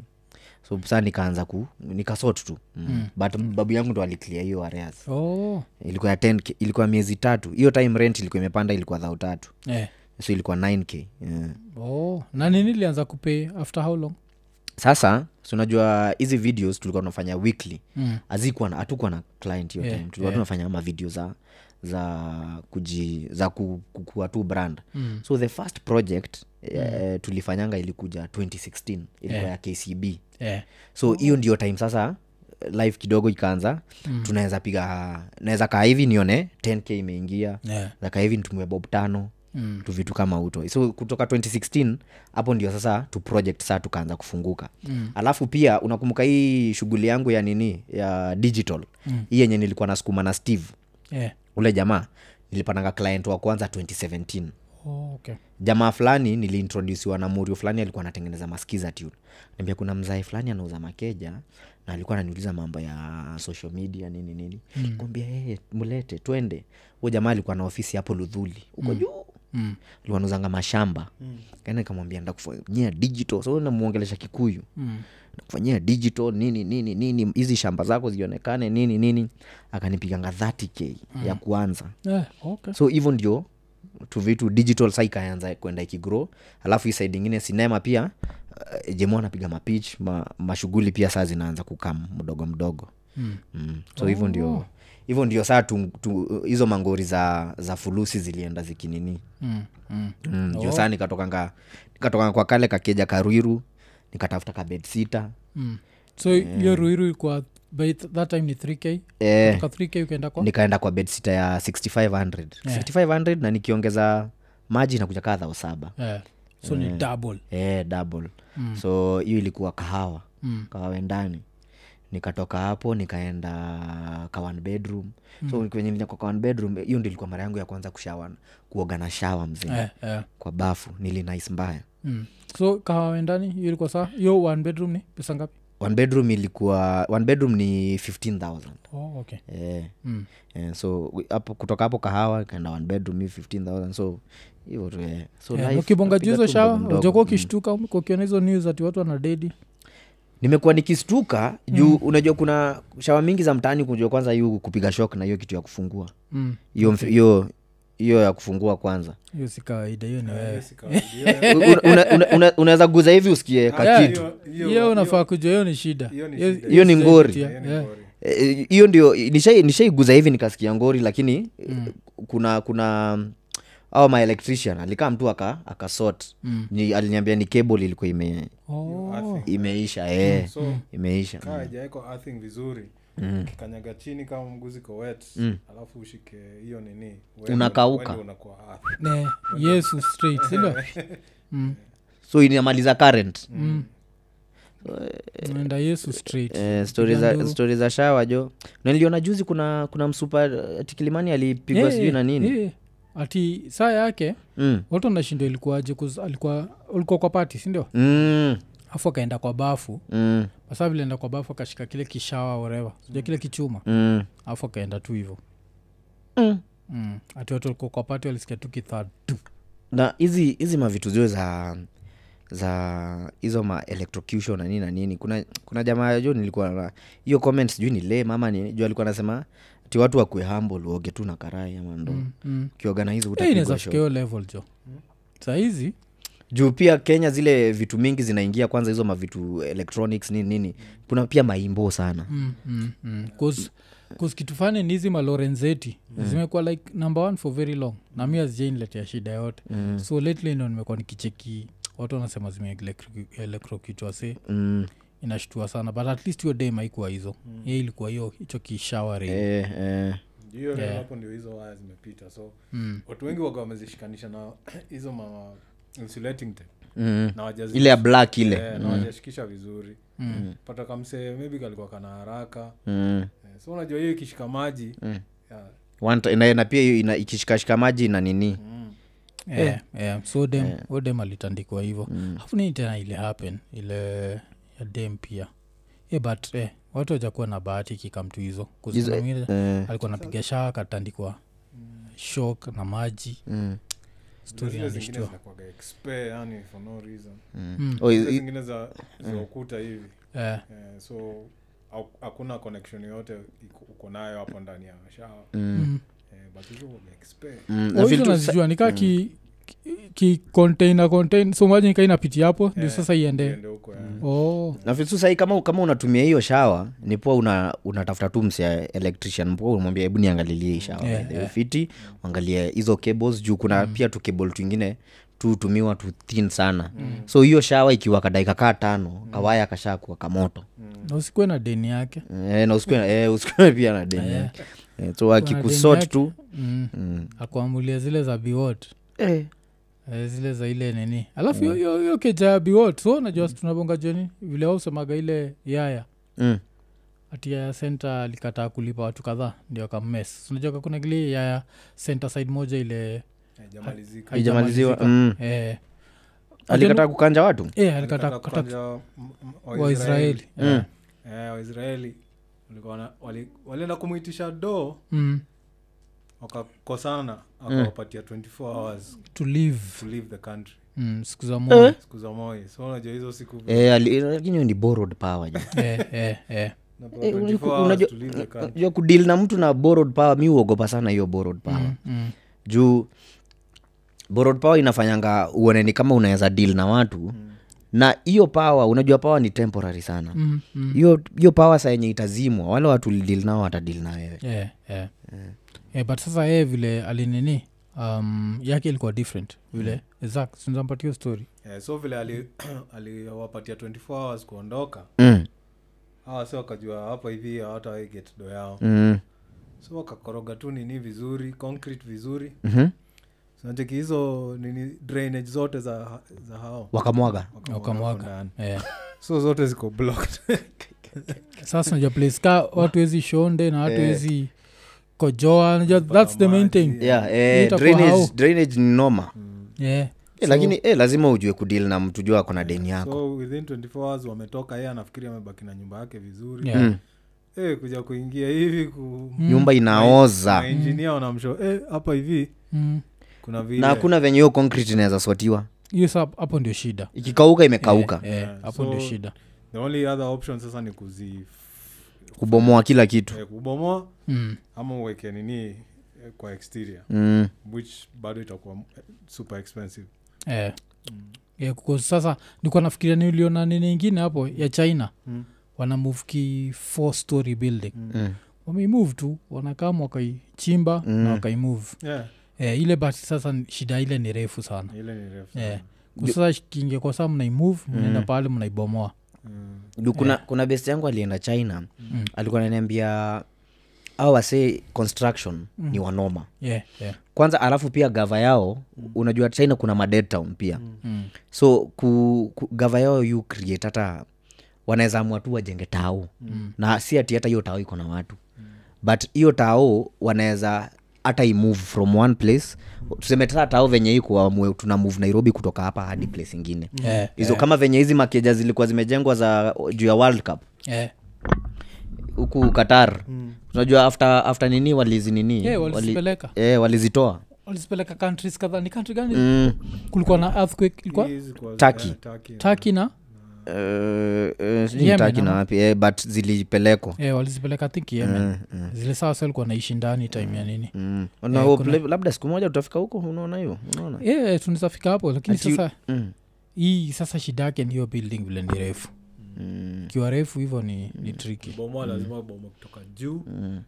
so saa nikaanza ku nikasot tu mm. mm. but babu yangu ndo aliklia hiyo areas Oh. ilikuwa ya 10K, ilikuwa miezi tatu hiyo time rent ilikuwa imepanda ilikuwa dhao tatu Yeah. so ilikuwa 9k yeah. oh. na nini ilianza kupay after how long sasa so unajua hizi videos tulikuwa tunafanya weekly Mm. hazikuwa na hatukuwa na client hiyo Yeah, time tulikuwa tunafanya ama video za za kuji za ku- kukua tu brand Mm. so the first project eh, tulifanyanga ilikuja 2016 ilikuwa ya kcb Yeah. so hiyo ndio time sasa eh, life kidogo ikaanza mm. tunaweza piga naweza kaa hivi nione 10k imeingia Yeah. nakaa hivi nitumie bob tano Mm. tu vitu kama uto so kutoka 2016 hapo ndio sasa tu project saa tukaanza kufunguka mm. alafu pia unakumbuka hii shughuli yangu ya nini ya digital mm. hii yenye nilikuwa nasukuma na steve Yeah. ule jamaa nilipananga client wa kwanza 2017 Oh, okay. jamaa fulani niliintrodusiwa na murio fulani alikuwa anatengeneza maskiza tune niambia kuna mzae fulani anauza makeja na alikuwa ananiuliza mambo ya social media nini nini mm. kuambia hey, mlete twende huo jamaa alikuwa na ofisi hapo ludhuli huko juu Mm. alikuwa anauzanga mashamba mm. kaenda nikamwambia nda kufanyia digital so namuongelesha kikuyu Mm. kufanyia digital nini nini nini hizi shamba zako zionekane nini nini akanipiganga 30k mm. ya kuanza Yeah. Eh, Okay. so hivyo ndio tu vitu digital sa ikaanza kwenda ikigrow alafu hii side ingine sinema pia uh, jemo anapiga mapich ma, mashughuli pia saa zinaanza kukam mdogo mdogo Mm. mm. so hivyo Oh. ndio hivyo ndio saa tu- tu- hizo mangori za za fulusi zilienda zikinini Mm. Mm. mm. ndio saa nikatokanga nikatokanga kwa kale kakeja karwiru nikatafuta kabed sita Mm. so hiyo ruiru ilikuwa by th- that time ni 3k eh, toka 3k ukaenda kwa nikaenda kwa bed sita ya 6500 Yeah. 6500 na nikiongeza maji nakuja kaa dhao saba yeah. Eh. so ni double eh, double mm. so hiyo ilikuwa kahawa mm. kahawa ndani nikatoka hapo nikaenda kawan bedroom mm. so kwenye nilikuwa kawan bedroom hiyo ndio ilikuwa mara yangu ya kwanza kushawa kuoga na shawa mzee yeah. Yeah. kwa bafu nilinais mbaya Eh, Mm. so kahawendani hiyo ilikuwa saa hiyo one bedroom ni pesa ngapi one bedroom ilikuwa one bedroom ni 15000 oh, okay. eh. mm. eh, so wi- hapo kutoka hapo kahawa ikaenda one bedroom hii 15000 so hivyo tu eh. so yeah. life ukibonga napiga juzo tu shawa mdogo mdogo. ujakuwa ukishtuka mm. ukiona hizo news ati watu wana dedi nimekuwa nikistuka juu Mm. unajua kuna shawa mingi za mtaani kujua kwanza hiyo kupiga shok na hiyo kitu ya kufungua mm. hiyo mf- hiyo hiyo ya kufungua kwanza hiyo si kawaida hiyo ni Eh, wewe U- una- una- una- una- unaweza guza hivi usikie ka Yeah. kitu hiyo unafaa kujua hiyo ni shida hiyo ni shida. Hiyo ni ngori. Yeah. Yeah. Oh. Eh, hiyo ndio nishai- nishaiguza hivi nikasikia ngori lakini Mm. eh, kuna kuna au maelectrician alikaa mtu aka akasot Mm. ni, aliniambia ni cable ilikuwa ime, Oh. imeisha eh, Mm. so imeisha kaa ijaeko arthing vizuri Mm. kikanyaga chini kama mguzi wet alafu ushike hiyo nini wembe, Unakauka. wembe unakuwa earth. Eh. Ne, yesu straight sindio so inamaliza current Mm. naenda yesu straight Eh, story za, story za shawa jo na niliona juzi kuna kuna msupa ati kilimani alipigwa Yeah, yeah, sijui na nini yeah. yeah. Eh, ati saa yake mm. watu wanashindwa ilikuwaje 'cause alikuwa ulikuwa kwa pati sindio Mm. afu akaenda kwa bafu Mm. masaa vile enda kwa bafu akashika kile kishawa oreva sija kile kichuma Mm. afu akaenda tu hivo Mm. mm. ati watu walikuwa kwa pati walisikia tu kithad tu na hizi hizi mavitu zio za za hizo ma electrocution na nini na nini kuna kuna jamaa jo nilikuwa na hiyo comment sijui ni le mama ni juu alikuwa anasema ti watu wakue humble uoge tu na karai ama ndo mm. mm. kiorganize Eh, inaweza utapigwa fika show Mm. hiyo level jo sahizi juu pia kenya zile vitu mingi zinaingia kwanza hizo mavitu electronics nini nini kuna pia maimbo sana mm, mm, mm. Cause- cause kitu fane ni hizi malorenzeti zimekuwa like number one for very long na mi azijainletea shida yote so lately ndo nimekuwa nikicheki watu wanasema zimeelektrokitwa se mm. inashtua sana but at least hiyo dem haikuwa hizo ye ilikuwa hiyo hicho kishaware eh, eh. hiyo Yeah. yeah. Mm. hapo ndio hizo waya zimepita so watu wengi waga wamezishikanisha na hizo ma insulating tape Mm. na wajazi ile ya black ile Eh, na wajashikisha vizuri mm. pata kamsee maybe kalikuwa kana haraka mm. Eh, so unajua hiyo ikishika maji mm. One ti- na, na pia hiyo ina- ikishikashika maji na nini yeah, yeah. so dem huyo dem alitandikwa hivo Mm. alafu nini tena ile happen ile ya dem pia yeah, but eh, watu wajakuwa na bahati ikikamtu hizo 'Cause kuna mwingine eh. alikuwa napiga shaa akatandikwa shok mm, na maji mm. stori zile zingine nanishtua zinakuwaga expire yani for no reason oh, zile i- i- zingine za, za ukuta hivi Eh, eh, so hau- hakuna connection yoyote iko- uko nayo hapo ndani ya shawa mm. eh, but hizo huwaga expire Kwa mm. na hivyo feel tu sa- nazijua nikaa ki ki container contain so maji nikaa inapitia hapo ndio Eh, sasa iendee iende huko yani. oh. na feel tu sahii kama, kama unatumia hiyo shawa ni poa una, unatafuta tu msia electrician poa unamwambia hebu niangalilie hii shawa Yeah, yeah, Mm. yeah. fiti uangalie hizo cables juu kuna pia tu cable twingine tutumiwa tu thin sana mm. so hiyo shawa ikiwa kadaika kaa tano kawaya kashaa kuwa kamoto na usikuwe na deni yake eh, na usikue eh, usikue pia na deni yake eh, so akikusot tu mm. akuamulia zile za biwot eh, Eh, zile za ile nini alafu Mm. hiyo- hiyo hiyo keja ya biwot so najua si tunabonga joni vile wausemaga ile yaya mm. ati yaya senta alikataa kulipa watu kadhaa ndio akammes unajua kuna kile yaya senta side moja ile eh, haijamalizika haijamaliziwa haijamalizika. mm. eh, alikataa kukanja watu eh, Alitaka alikataa kukata kukanja m- m- waisraeli Eh, Eh, waisraeli walikuwa wana- wali- walienda kumwitisha doo mm, wakakosana Mm. akawapatia 24 hours to live to leave the country mm, siku za moyo siku za moi so unajua hizo siku Eh, ali- lakini hiyo ni borrowed power jo. eh, eh, eh. napewa Eh, 24 unajua- hours unajua- to leave the country. unajua kudil na mtu na borrowed power mi uogopa sana hiyo borrowed power mm. juu borrowed power inafanyanga uone ni kama unaweza deal na watu na hiyo power unajua power ni temporary sana Mm, mm. hiyo hiyo power saa yenye itazimwa wale watu ulidil nao watadil na wewe Yeah, yeah. Eh. Yeah, eh, but sasa yeye vile alinini um, yake ilikuwa different vile Mm. zak sinazampatio story Eh, so vile ali- aliwapatia 24 hours kuondoka mm. hawa si wakajua hapa hivi hawatawai get do yao Mm. so wakakoroga tu nini vizuri concrete vizuri Mhm. sinacheki hizo nini drainage zote za, za hao wakamwaga Wakamwaga ukamwaga ndani. so zote ziko blocked sasa unajua place ka watu wezi shonde na Eh. watu wezi kojoa unajua thats the main thing yeah, eh, Itakuwa Mm. hao. Mm. drainage, drainage ni noma yeah. eh, lakini eh, lazima ujue kudil na mtu jua akona deni yako so within 24 hours wametoka yeye anafikiri amebaki na nyumba yake vizuri Yeah. Eh, kuja kuingia hivi ku Mm. nyumba inaoza mainjinia wanamsho eh, hapa hivi Mm. kuna na vile hakuna venye hiyo concrete inaweza swatiwa hiyo sa hapo ndio shida ikikauka imekauka Eh, Yeah, hapo ndio so- shida the only other option sasa ni kuzi eh. kubomoa kila kitu eh, kubomoa mm. ama uweke nini eh, kwa exterior mm. which bado itakuwa eh, super expensive eh. Yeah, because sasa nikuwa nafikiria ni uliona nini ingine hapo ya china Mm. wana move ki four story building Mm. wameimove tu wanakama wakaichimba Mm. na wakaimove yeah, eh, ile bati sasa ni- shida ile ni refu Mm. sana ile ni refu Eh, sana. kusasa kingekwa saa mnaimove Mm. mnaenda pale mnaibomoa Mm. Eh. Mm. Juu kuna, kuna best yangu alienda china alikuwa ananiambia au wasee construction mm. ni wanoma yeah, yeah. kwanza alafu pia gava yao unajua china kuna madead town pia so ku, ku, gava yao yu create hata wanaweza amua tu wajenge tao mm. na si ati hata hiyo tao iko na watu mm. but hiyo tao wanaweza hata imove from one place tuseme tata tao venye iko wamue tuna move nairobi kutoka hapa hadi place ingine Yeah, hizo kama venye hizi makeja zilikuwa zimejengwa za juu ya world cup yeah. huku qatar unajua after, after nini walizi nini Mm. Yeah, walizipeleka. eh, walizitoa walizipeleka countries kadhaa ni country gani mm. kulikuwa na earthquake ilikuwa Hizi kwa- Turkey. eh, Turkey. taki na Eh, eh, sijui Yemen, Turkey na ama? wapi eh, but zilipelekwa yeah, walizipeleka eh, I think yemen zile sawa sa walikuwa naishi ndani time ya nini mm. Eh, Na hope lab- labda siku moja utafika huko unaona hiyo unaona yeah, tunazafika hapo lakini Ati- sasa mm. hii sasa shida yake ni hiyo building vile ni refu Mm. kiwa refu hivyo ni, ni triki bomoa lazima bomoa kutoka juu Mm.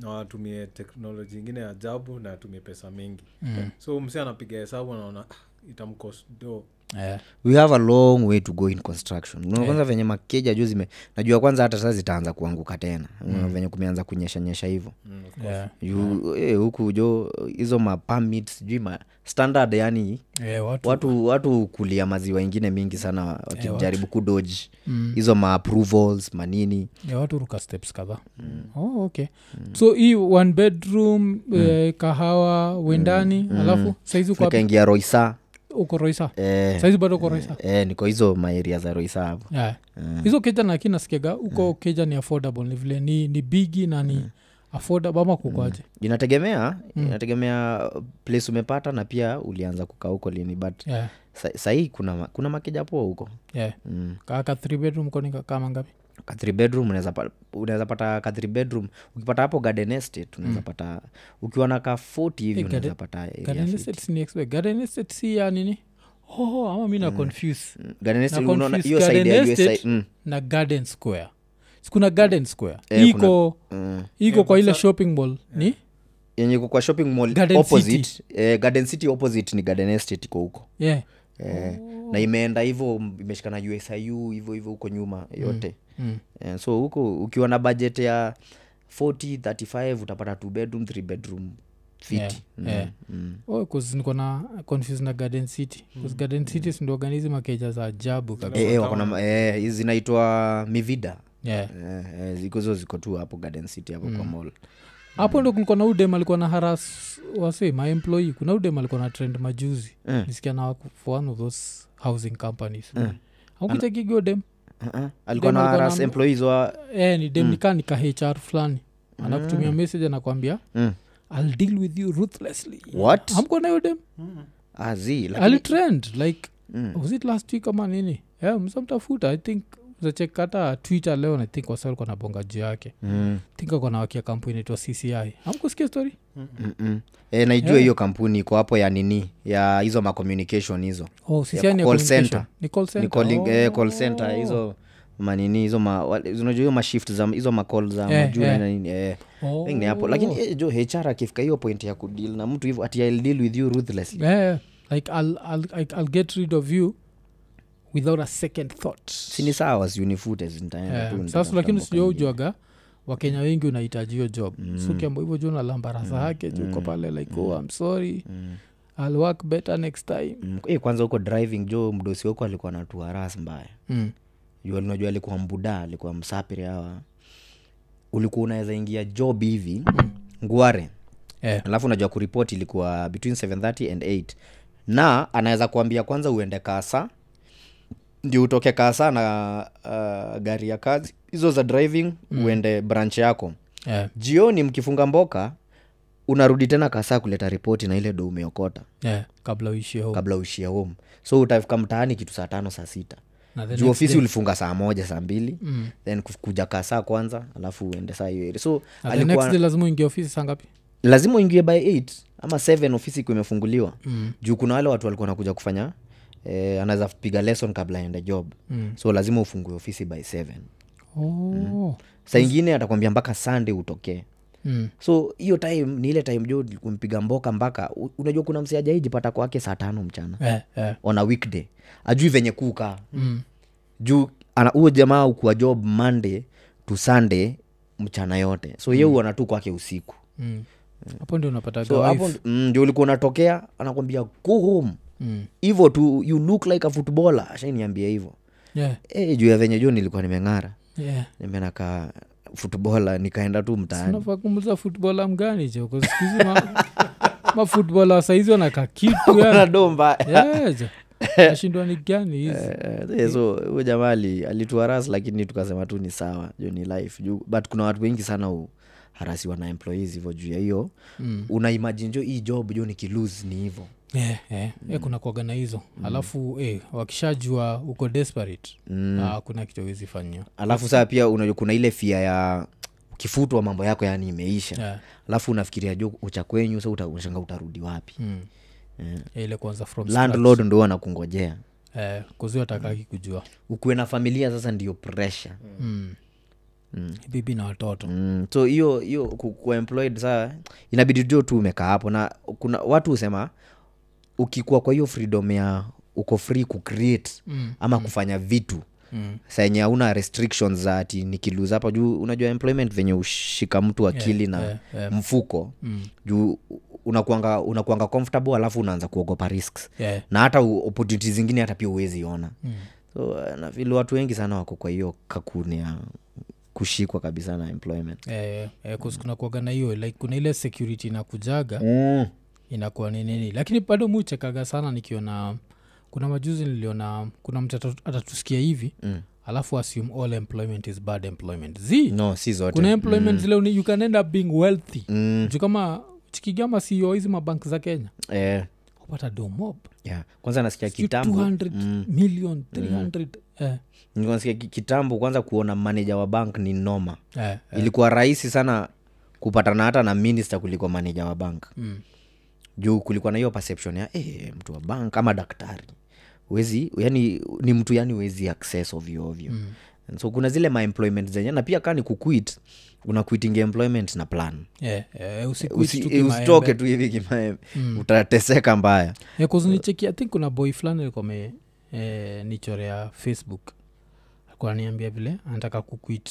na watumie teknoloji ingine ya ajabu na atumie pesa mingi Mm. so msi anapiga hesabu anaona "Ah, itamcost do yeah. we have a long way to go in construction Eh. Unaona kwanza venye makeja juu zime najua kwanza hata sasa zitaanza kuanguka tena Unaona Mm. venye kumeanza kunyeshanyesha hivo Yeah. eh, huku jo hizo mapamit sijui ma standard yani Yeah, watu watu watu kulia maziwa ingine mingi sana Eh, wakijaribu kudoji mm. hizo ma approvals manini ya watu ruka steps kadhaa oh, okay so hii one bedroom eh, kahawa wendani alafu saizi uko wapi? nikaingia roisa uko roisa eh, saizi bado uko roisa eh, niko hizo maeria za roisa hapo Yeah. hizo keja lakini nasikega uko keja ni affordable ni vile ni, ni bigi na ni affordable ama kukoaje inategemea Mm. inategemea place umepata na pia ulianza kukaa huko lini but yeah. sa- sahii kuna, ma- kuna makeja poa huko yeah. kaka three bedroom koni kama ngapi ka three bedroom unaweza pa- unaweza pata ka three bedroom ukipata hapo garden estate unaweza pata ukiwa na ka 40 hivi unaweza pata Mm. area Eh, garden fit. estate ni expe- garden estate si ya nini oh, ama mi na confuse Mm, garden estate, na unaona confuse hiyo side garden ya hiyo side- estate mm, na garden square sikuna garden square Eh, iko mm. iko kwa ile shopping mall ni yenye iko kwa shopping mall Garden opposite eh, garden city opposite ni garden estate iko huko yeah. eh, Oh. na imeenda hivyo imeshika na usiu hivyo hivyo huko nyuma yote Mm. eh, so huko ukiwa na budget ya 40 35 utapata two bedroom three bedroom fit Yeah, yeah. mm. Oh, 'cause niko na confuse na garden city 'Cause garden city sindoganizi makeja za ajabu kabisa Eh, eh, wako na ma- eh, hizi zinaitwa mivida yeah. Eh, eh, ziko hizo ziko tu hapo garden city hapo Mm. kwa mall hapo ndo kulikuwa na udem alikuwa na haras wase maemploye kuna udem alikuwa na trend majuzi Mm. nisikia na waku- for one of those housing companies aukichekigio dem Uh-uh. alikuwa na alikuwa na haras m- employees wa eh, ni Mm. dem nikaa nika hr fulani anakutumia message anakwambia Mm. ill deal with you ruthlessly What? amko nayo dem Ah, zi, lakini- Mm. alitrend like was it last week ama nini yeah, msamtafuta i think msachek hata twitter leo na think wasa alikuwa nabonga juu yake Mm, think alikuwa nawakia kampuni inaitwa cci amkusikia story mm-mm. Eh, naijua hiyo kampuni iko hapo ya nini ya hizo macommunication hizo oh, CCI Ya ni ya call communication. center. Ni call center. ni calling, eh, Oh. call center hizo manini hizo ma- wa- unajua hiyo mashift za hizo macall za Eh, majuu na eh. nini, eh. Oh. Pengine hapo lakini eh, jo hr akifika hiyo point ya kudeal na mtu hivyo ati I'll deal with you ruthlessly Yeah, Eh, like I'll, I'll, like, I'll get rid of you without a second thought sini sawa siunifute nitaenda Yeah, tu, Eh, sasa nitatafuta lakini mboka Mm. sijua nyingine. ujuaga wakenya wengi unahitaji hiyo job so kiambo hivyo juu nalambaraza Mm. yake juu uko pale like oh, I'm sorry I'll work better next time Mm, eh, kwanza huko driving jo mdosi wako alikuwa na tuaras mbaya mm. Juu unajua alikuwa mbuda alikuwa msapiri hawa ulikuwa unaweza ingia job hivi Hmm. nguare yeah. alafu unajua kuripoti ilikuwa between 730 and 8 na anaweza kuambia kwanza uende kasa ndio utoke kasa na uh, gari ya kazi hizo za driving mm. uende branch yako Yeah. jioni mkifunga mboka unarudi tena kasa kuleta ripoti na ile do umeokota Yeah. eh, kabla uishie home kabla uishie home so utafika mtaani kitu saa tano saa sita na the juu next ofisi day- ulifunga saa moja saa mbili mm. then kuf- kuja kaa saa kwanza alafu uende saa hiyo area. so na the next alikuwa day lazima uingie ofisi saa ngapi lazima uingie by 8 ama 7 ofisi ikiwa imefunguliwa mm. juu kuna wale watu walikuwa nakuja kufanya eh, anaweza piga lesson kabla aende job mm. so lazima ufungue ofisi by 7 oh. Mm. saa ingine atakwambia mpaka sunday utokee Mm. so hiyo time ni ile time jo kumpiga mboka mpaka u- unajua kuna msiajaijipata kwake saa tano mchana Yeah, yeah. on a weekday ajui venye kuka mm. juu ana- huyo jamaa ukuwa job monday to sunday mchana yote so ye huona tu kwake usiku Mm. hapo ndio unapata so hapo mm, ndio ulikuwa unatokea anakwambia go home hivo tu you look like a footballer ashaniambia hivo e, juu ya venye juu nilikuwa nimeng'ara nimenaka futbola nikaenda tu mtaani nafakumbuza futbola mgani choko skuhizi ma, mafutbola saizi wanaka kitu yani. nado mbaya Yeah, je. nashindwa ni gani hizi Eh, so huyo jamaa ali- alituharas lakini tukasema tu ni sawa juu ni life juu but kuna watu wengi sana huharasiwa na employees hivo juu ya hiyo mm. unaimajini jo hii job jo nikilose ni hivo yeah, yeah. Yeah, kuna kuaga eh, na hizo alafu eh, wakishajua uko desperate mm. kuna kitu awezi fanyiwa alafu saa pia unajua kuna ile fia ya kifutwa mambo yako yani imeisha yeah. alafu unafikiria jo ucha kwenyu sa utashanga utarudi wapi mm. yeah. ile kwanza from landlord ndo anakungojea scratch. eh, kuzi atakaki kujua ukuwe na familia sasa ndiyo pressure mm. Mm. bibi na watoto mm. so hiyo hiyo ku- kuwa employed saa inabidi jo tu umekaa hapo na kuna watu husema ukikuwa kwa hiyo freedom ya uko free kucreate mm. ama mm. kufanya vitu Mm. saenye hauna restrictions za ati nikiluza hapa juu unajua employment venye ushika mtu akili na yeah, yeah. mfuko mm. juu unakuanga, unakuanga comfortable alafu unaanza kuogopa risks yeah. na hata u- opportunities zingine hata pia huwezi ona mm. so eh, na vile watu wengi sana wako kwa hiyo kakuni ya kushikwa kabisa na employment Eh, eh, kus- kuna kuaga na hiyo like kuna ile security inakujaga mm. inakuwa ni nini lakini bado mi uchekaga sana nikiona kuna majuzi niliona kuna mtu atatu- atatusikia hivi mm. alafu assume all employment is bad employment z no si zote kuna employment mm. zile you can end up being wealthy mm. juu kama chikigama ceo E hizi mabank za kenya eh, upata domob yeah. kwanza nasikia kitambo 200 million 300 eh, nilikuwa nasikia ki- kitambo kwanza kuona manaja wa bank ni noma eh, ilikuwa rahisi sana kupatana hata na minister kuliko manaja wa bank mm. juu kulikuwa na hiyo perception ya eh, mtu wa bank ama daktari wezi yani ni mtu yani wezi access ovyo ovyo mm. so kuna zile maemployment zenye na pia kaa ni kuquit una quitting employment na plan eh, eh, usiku Usi- ichituki maembe. usitoke tu hivi kimaembe mm. utateseka mbaya kuznicheki Eh, i think kuna boy fulani alikuwa ame- eh, nichorea facebook alikuwa ananiambia vile anataka kuquit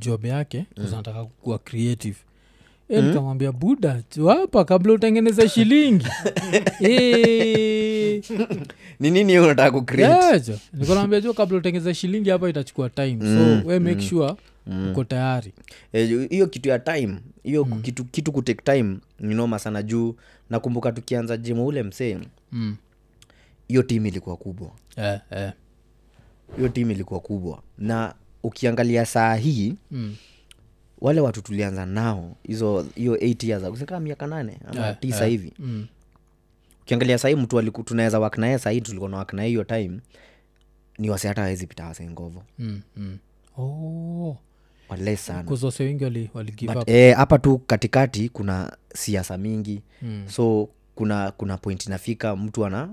job yake mm. anataka kukuwa creative E, nikamwambia buda hapa kabla utengeneze shilingi Eh, ni nini hiyo unataka kucreate yeah, jo. Nilikuwa naambia jo kabla utengeneze shilingi hapa itachukua time Mm. so we make sure uko tayari Eh, ju- hiyo kitu ya time hiyo Mm. ku- kitu, kitu kutake time ni noma sana juu nakumbuka tukianza jimu ule msee Mm. hiyo timu ilikuwa kubwa Eh, eh. hiyo timu ilikuwa kubwa na ukiangalia saa hii Mm. wale watu tulianza nao hizo hiyo 8 years ago, si kama miaka nane ama Eh, tisa hivi Mm. ukiangalia sahii mtu aliku- tunaweza wak naye sahii tulikuwa na wak naye hiyo time ni wase hata awezi pita wase ngovo Mm. Mm. Oh. wale sana 'Cause wase wengi wali, wali give up But, eh, hapa tu katikati kuna siasa mingi Mm. so kuna kuna point inafika mtu ana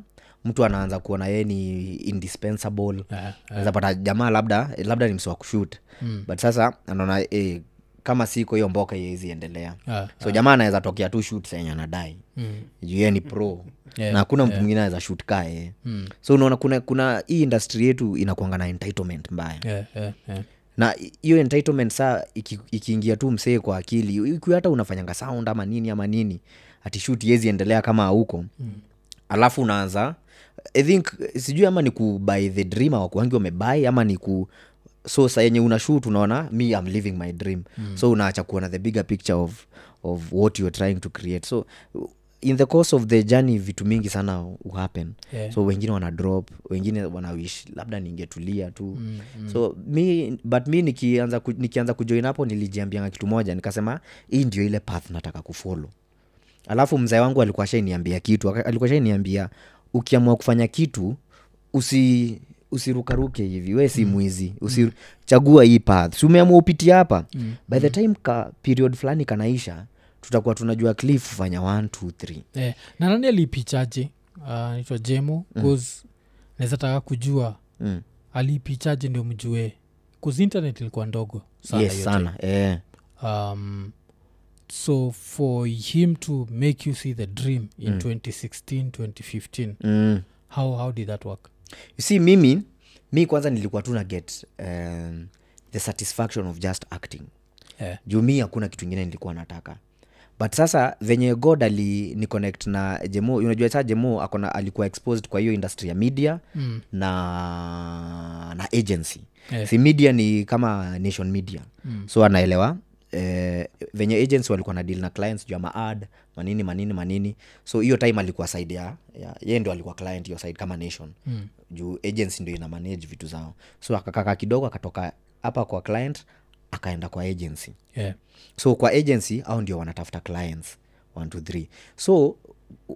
mtu anaanza kuona yeye ni indispensable Eh, Unaweza pata jamaa labda eh, labda ni msi wa kushut Hmm. but sasa anaona eh, kama siko hiyo mboka iwezi endelea eh. so jamaa anaweza tokea tu shut senye anadai Mm. Eh, juu yeye ni pro Yeah, Hmm. na hakuna mtu mwingine anaweza shut kaa yeye so unaona kuna kuna hii industry yetu inakuanga na entitlement mbaya Eh, eh, eh. na hiyo entitlement saa iki- ikiingia tu msee kwa akili ikiwa hata unafanyanga sound ama nini ama nini ati shoot yezi endelea kama hauko mm. alafu unaanza i think sijui ama ni kubai the dream awakuangi wamebai ama ni ku so saa yenye una shoot unaona me am living my dream mm. so unaacha kuona the bigger picture of, of what youare trying to create so in the course of the journey vitu mingi sana uhappen Yeah. so wengine wana drop wengine wanawish labda ningetulia tu mm, mm. so mi but mi nikianza, ku, nikianza kujoin hapo nilijiambianga kitu moja nikasema hii ndio ile path nataka kufolo alafu mzee wangu alikuwa shainiambia kitu aka- alikuwa shainiambia ukiamua kufanya kitu usi usirukaruke hivi we si mwizi usichagua hii path si umeamua upitie hapa mm. by the time ka period fulani kanaisha tutakuwa tunajua cliff fanya 1 2 3 Eh, na nani Ah, alipichaje naitwa jemo bcause naweza taka kujua Mm. alipichaje ndio mjue bcause internet ilikuwa ndogo sana yes hiyo time. sana eh. um, so for him to make you see the dream in 2016 2015 mm. how, how did that work You see mimi mi kwanza nilikuwa tu na get um, the satisfaction of just acting Eh. juu mi hakuna kitu ingine nilikuwa nataka but sasa venye god aliniconnect na jemo unajua saa jemo akona alikuwa exposed kwa hiyo industry ya media mm. na na agency Eh. si media ni kama nation media mm. so anaelewa eh, venye agents walikuwa na deal na clients juu ya maad manini manini manini so hiyo time alikuwa side ya, ya ye ndo alikuwa client hiyo side kama nation mm. juu agency ndio ina manage vitu zao so akakaka kidogo akatoka hapa kwa client akaenda kwa agency Yeah. so kwa agency au ndio wanatafuta clients 123 so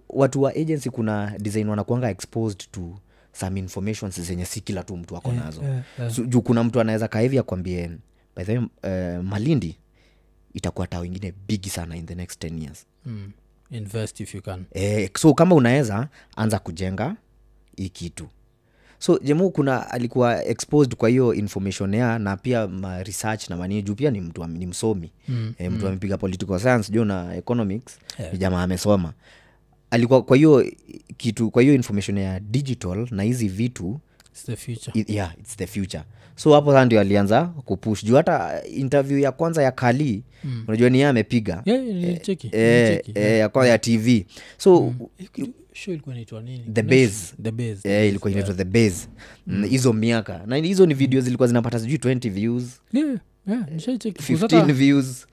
watu wa agency kuna design wanakuanga exposed to some informations zenye si kila tu mtu ako nazo yeah, yeah. So, juu kuna mtu anaweza kahivi akwambie by the way uh, malindi itakuwa taa ingine bigi sana in the next 10 years Mm. invest if you can e, so kama unaweza anza kujenga hii kitu so jemu kuna alikuwa exposed kwa hiyo information ya na pia ma research na manii juu pia ni mtu wa- ni msomi Hmm. mm, e, mtu mm. Eh. amepiga political science juu na economics yeah. jamaa amesoma alikuwa kwa hiyo kitu kwa hiyo information ya digital na hizi vitu its the future It- yeah its the future so hapo saa ndio alianza kupush juu hata eh, interview ya kwanza ya kali mm. unajua ni yeye amepiga yeah, nilicheki, eh, nilicheki. eh, ya kwanza ya tv so mm. Eh, kitu- show ilikuwa inaitwa nini The Kuna Base. show- the base eh, ilikuwa inaitwa the base mm. hizo miaka na hizo ni video zilikuwa zinapata sijui 20 views yeah, yeah, nishaicheki. 15 Sasa, views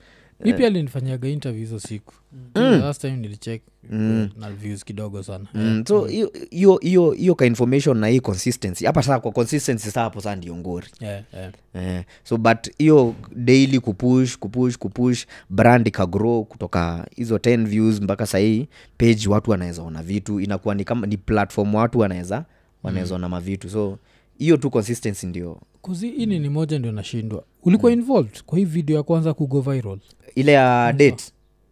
mi pia alinifanyaga interview hizo siku mm. last time nilicheck mm. na views kidogo sana Mm, so Mm-hmm. hiyo- hiyo hiyo hiyo ka information na hii consistency hapa saa kwa consistency saa hapo saa ndio ngori yeah, yeah. eh, so but hiyo daily kupush kupush kupush brand ikagrow kutoka hizo 10 views mpaka sahii page watu wanaweza ona vitu inakuwa ni kama ni platform watu wanaweza wanaweza Mm-hmm. ona mavitu so hiyo tu consistency ndio kuzi ini ni moja ndio nashindwa ulikuwa involved kwa hii video ya kwanza kugo viral ile ya Mm-hmm. date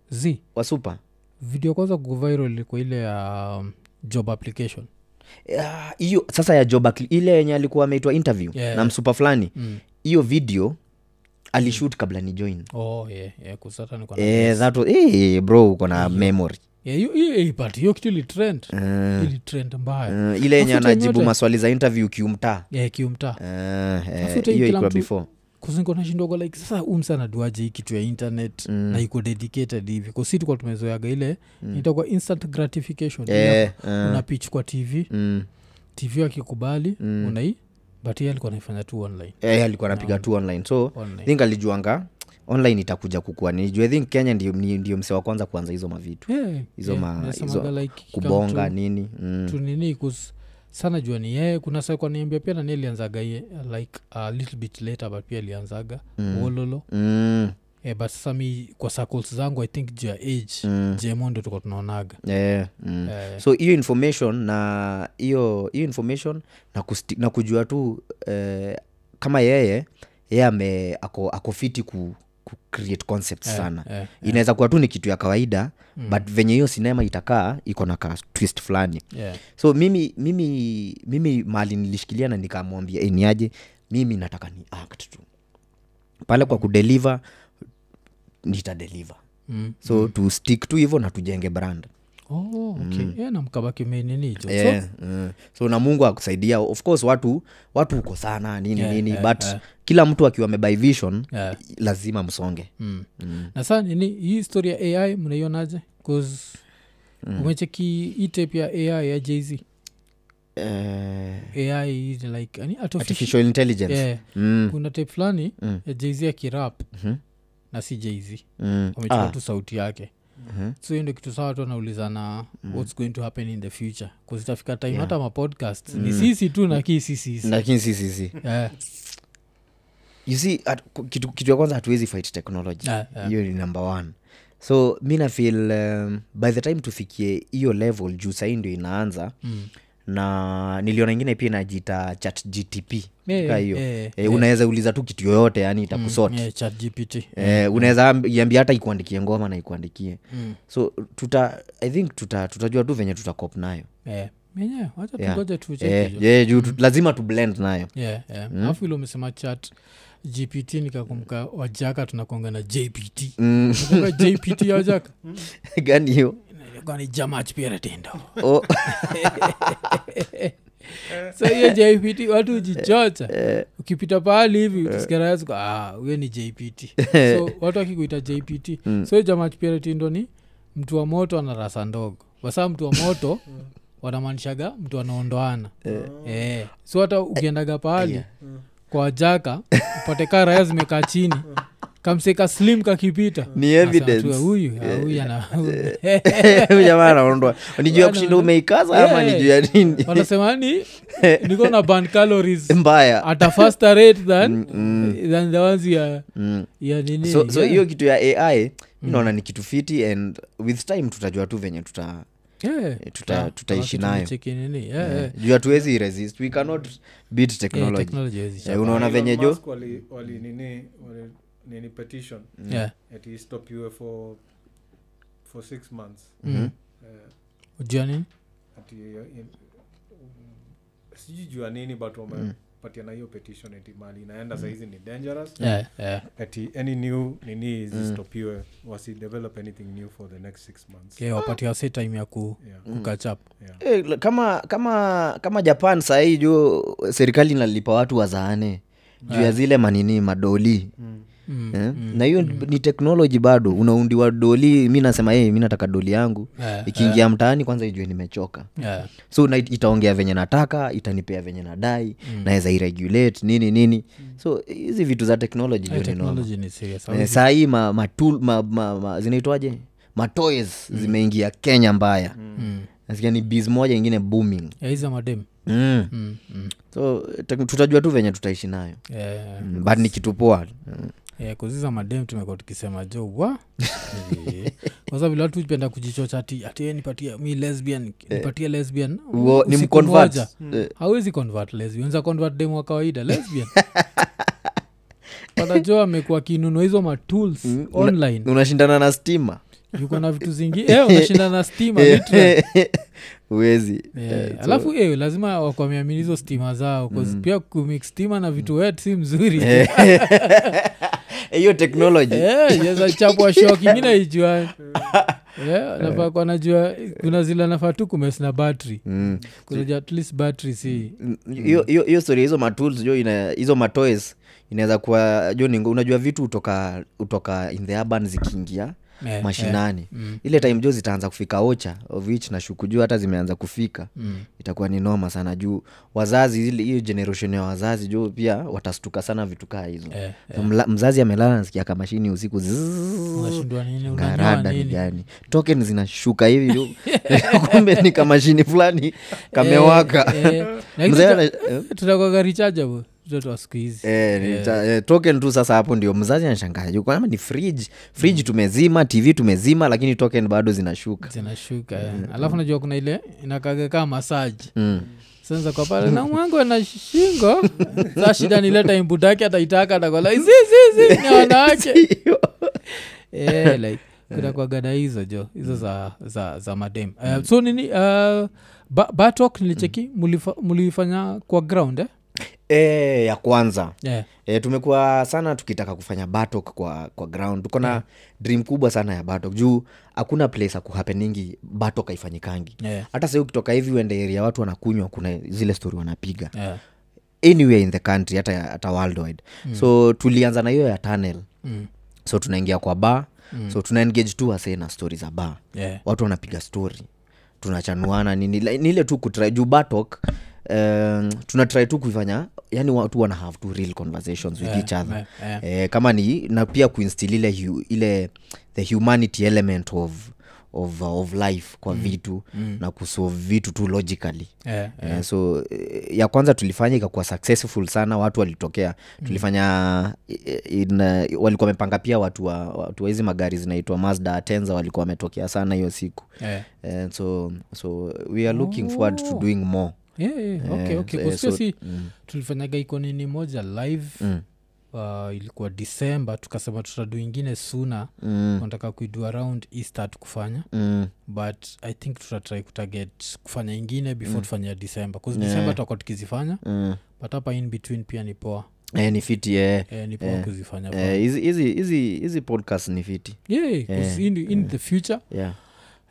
z wa super video ya kwanza kugo viral ilikuwa ile ya um, job application Ah, hiyo sasa ya job Acli- ile yenye alikuwa ameitwa interview Yeah. Mm. na msupa fulani hiyo video alishut kabla ni join oh yeah, yeah, kusata niko na- eh, that was, eh, bro uko na memory Yeah, hiyo- hiyo- hiyo part, hiyo kitu ilitrend ilitrend mbaya Eh, ile yenye Afu time anajibu yote- maswali za interview kiumtaa yeah, kiumtaa Eh, eh, Alafu tena kila hiyo ikiwa mtu- before kuzingonashindwago like sasa umsa naduaje hii kitu ya internet mm. na iko dedicated hivi kosi tukwa tumezoeaga ile mm. itakuwa instant gratification Eh, yeah. una pitch kwa tv Mm. tv akikubali mm. unai but yeye alikuwa naifanya tu online Eh, alikuwa anapiga tu online so Online. think alijuanga online itakuja kukua niju i think kenya ndio, ni- ndio mse wa kwanza kuanza hizo mavitu Eh, yeah, hizo yeah, ma- nasemaga hizo like kama kubonga tu- nini mm. tu nini kus sana jua ni yeye kuna saa kwa niambia pia nani alianzaga ye, like a little bit later but pia alianzaga mm. wololo Mm. yeah, Eh, but sasa mi kwa circles zangu i think juu ya age mm. jemondo tuka tunaonaga Eh, mm. so hiyo information na hiyo hiyo information na, kusti, na kujua tu eh, kama yeye yeye ame ako, ako fiti ku, ku create concepts sana eh, Hmm. inaweza kuwa tu ni kitu ya kawaida mm. but venye hiyo sinema itakaa iko na ka twist fulani yeah. so mimi mimi mimi mali nilishikilia na nikamwambia "Eh, niaje mimi nataka ni act tu pale Hmm. kwa kudeliver nitadeliver Mm. so mm. tu stick tu hivyo na tujenge brand Oh, okay. yeah, na mkabaki meninijo Mm. yeah, mm. so na mungu akusaidia of course watu watu uko sana nini Yeah, nini yeah, but yeah. kila mtu akiwa amebuy vision Yeah. lazima msonge mm. na saa nini hii story ya ai mnaionaje bcause mm. umecheki hii tape ya ai ya jz eh, ai is like ani artificial artificial intelligence yeah. Mm, kuna tape fulani Mm. ya jz ya kirap Mhm. na si jz mm. wamechukua Ah, tu sauti yake Mhm. so hiyo ndio kitu sawa watu wanaulizana whats going to happen in the future kuzitafika time hata mapodcast ni Mm. sisi Eh. tu na kii sisisi lakini si si si yeah. you see at, ku- kitu, kitu ya kwanza hatuwezi fight technology Yeah, yeah. hiyo ni number one so mi nafil um, by the time tufikie hiyo level juu sahii ndio inaanza mm na niliona ingine pia inajiita chat gtp Eh, kaa hiyo eh, Eh, unaweza uliza tu kitu yoyote yani itakusoti Mm, yeah, Hmm. chat gpt eh, unaweza amb- iambia hata ikuandikie ngoma na ikuandikie mm. so tuta i think tuta, tutajua tu venye tutakop nayo yeah. menyewe Eh. wacha Yeah. tungoja tucheki eh, Mm. hiyo. Hmm. yeah, juu tu, lazima tu blend nayo yeah, yeah. alafu ile umesema chat gpt nikakumka wajaka tunakonga na jpt Mm. Unakumbuka jpt ya wajaka gani hiyo Ilikuwa ni jamach pia ratendo oh. so hiyo jpt watu hujichocha ukipita pahali hivi utasikaraziko ah, huyo ni jpt so watu wakikuita jpt so jamachpiretindo ni mtu wa moto ana rasa ndogo wasaa mtu wa moto wanamaanishaga mtu anaondoana eh. so hata ukiendaga pahali kwa jaka upate kaa raya zimekaa chini kamseka slim kakipita Ni Nasema tu, evidence. Eh, huyu ah, huyu ana jamaa anaondoa ni juu ya kushinda umeikaza ama ni juu ya nini wanasema ni niko na burn calories mbaya at a faster rate than, than the ones ya, ya nini Mm, Hmm. so so yeah. Hmm. hiyo kitu ya ai mi naona ni kitu fiti and with time tutajua tu venye tuta yeah. tuta- Ah, tutaishi kama nayo. Eh, tulicheki nini yeah, yeah. juu hatuwezi resist we cannot beat Yeah, technology technology haiwezi Eh, change. unaona Elon venye Mm. jo Musk wali wali nini wali nini petition Mm. Yeah. at he stop you for for six months Mm. Eh, Ujua nini? ati eh, in- mm, sijui juu ya nini but Mm. wamepatia na hiyo petition ati mali inaenda sahizi ni dangerous Yeah, Mm. yeah. ati any new nini zistopiwe wasidevelop anything new for the next six months Yeah, wapatia wase time ya ku, Yeah. kukachap yeah. Eh, la- kama kama kama japan sahii juu serikali inalipa watu wazaane juu ya zile manini madoli Mm, eh? na hiyo ni teknoloji bado unaundiwa doli mi nasema hey, mi nataka doli yangu Eh, ikiingia mtaani kwanza ijue nimechoka yeah. so na, itaongea venye nataka itanipea venye nadai mm. naweza iregulate nini nini mm. so hizi vitu za teknoloji juu ni noma technology ni serious Eh, saa hii ma, ma, tool- ma, ma, ma, zinaitwaje matoys mm. zimeingia kenya mbaya mm. nasikia ni biz moja ingine booming aiza madem mm. Mm, mm. so te, tutajua tu venye tutaishi nayo Yeah, mm. but ni kitu poa mm. yeah, Eh, kuziza madem tumekuwa tukisema jo wa Eh. kwanza vile watu penda kujichocha ati ati yeye nipatie mi lesbian nipatie lesbian Uo, Eh. ni usiku mconvert. moja. Eh. hawezi convert lesbian za convert dem wa kawaida lesbian pata jo amekuwa akinunua hizo matools Mm, online unashindana na stima yuko na vitu zingine eh, unashinda na stima Eh, literally. huwezi Yeah, alafu eh, lazima wakwamiamini hizo stima zao 'cause Mm. pia kumix stima na vitu wet si mzuri Eh, hiyo technology Eh, chapwa shok ingine ijuani Eh, Eh. nafaa kwa najua kuna zile nafaa tu kumes na battery Mm. kunaja at least battery si Mm, hiyo hiyo- hiyo story hizo matools jo ina, hizo matoys inaweza kuwa jo ni, unajua vitu utoka utoka in the urban zikiingia Eh, mashinani ile time jo zitaanza kufika ocha of which na shuku juu hata zimeanza kufika Mm. itakuwa ni noma sana juu wazazi ile- hiyo generation ya wazazi jo pia watastuka sana vitu kaa hizo Eh, Mla, mzazi amelala nasikia kamashini usiku zzzz, unashindwa nini unanyoa ngarada ni nini gani token zinashuka hivi jo. kumbe ni kamashini fulani kamewaka Eh, lakini Mzee tuta- ana- eh? tutakwaga rechargeable mtoto wa siku hizi Eh, ni ta- eh, token tu sasa hapo ndio mzazi anashangaa juu kama ni fridge fridge tumezima tv tumezima lakini token bado zinashuka zinashuka eh. alafu najua kuna ile inakaga kaa masaji Hmm. sanza kwa pale na mwango na shingo sa shida nileta imbutake ataitaka takola zizizi ni wanawake Eh, Mm. like kutakwagana hizo jo hizo za za, za madem uh, so nini uh, ba, batok nilicheki mulifa, mulifanya kwa ground eh? e, ya kwanza yeah. e, tumekuwa sana tukitaka kufanya batok kwa, kwa ground tuko na dream kubwa sana ya batok juu hakuna place akuhapeningi batok haifanyikangi Yeah. hata sahii ukitoka hivi uende area watu wanakunywa kuna zile story wanapiga Yeah. anywhere in the country hata, hata worldwide mm. so tulianza na hiyo ya tunnel Mm. so tunaingia kwa bar mm. so tuna engage tu wasee na stori za bar Yeah. watu wanapiga stori tunachanuana nini Like, ni ile tu kutry juu batok um, tunatry tu kuifanya yani watu wana have to real conversations with yeah, each other yeah, yeah. Eh, kama ni na pia kuinstil ile, hu- ile the humanity element of, of, of life kwa mm. vitu mm. na kusolve vitu tu logically Yeah. Eh, so eh, ya kwanza tulifanya ikakuwa successful sana watu walitokea tulifanya eh, in, eh, walikuwa wamepanga pia watu wa, watu wa hizi magari zinaitwa mazda tenza walikuwa wametokea sana hiyo siku Yeah. Eh, so so we are looking forward to doing more Mm, Yeah, yeah, okay, okay. so- Kwa sio si tulifanyaga ikonini moja live uh, ilikuwa december tukasema tutadu ingine suna mm. nataka kuidu around easter tukufanya mm, but i think tutatrai kutarget kufanya ingine before mm. tufanye ya december bcause yeah. december tutakuwa tukizifanya mm. but hapa in between pia ni poa Eh, ni fiti eh. eh, ni poa Eh, kuzifanya Eh, hizi hizi hizi hizi podcast ni fiti yeah, 'cause in, in the future yeah.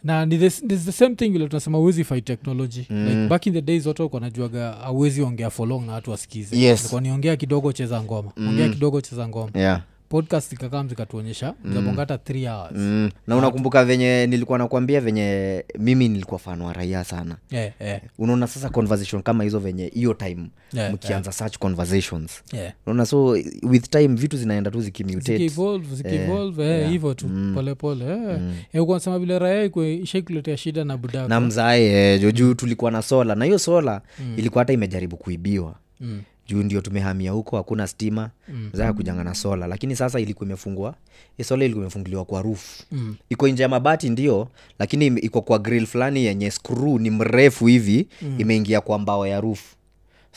na ni this, this the same thing vile tunasema uwezi fight technology mm. like back in the days watu walikuwa wanajuaga awezi ongea for long na watu wasikize Yes. Eh. Walikuwa niongea kidogo cheza ngoma mm. ongea kidogo cheza ngoma yeah podcast zikakaa zikatuonyesha zabongata mm. 3 hours mm. mm. na unakumbuka venye nilikuwa nakwambia venye mimi nilikuwa fano wa raia sana yeah, yeah, unaona sasa conversation kama hizo venye hiyo time Yeah, mkianza such conversations yeah. unaona so with time vitu zinaenda tu zikimutate zikievolve zikievolve eh, hivyo tu polepole eh. Eh, ulikuwa unasema vile raya ishaikuletea shida na budako na mzae eh, juu tulikuwa na sola na hiyo sola mm. ilikuwa hata imejaribu kuibiwa mm juu ndio tumehamia huko hakuna stima mm. za kujanga na sola lakini sasa ilikuwa imefungwa hii sola ilikuwa imefunguliwa kwa roof mm. iko nje ya mabati ndio lakini im- iko kwa grill fulani yenye screw ni mrefu hivi mm. imeingia kwa mbao ya roof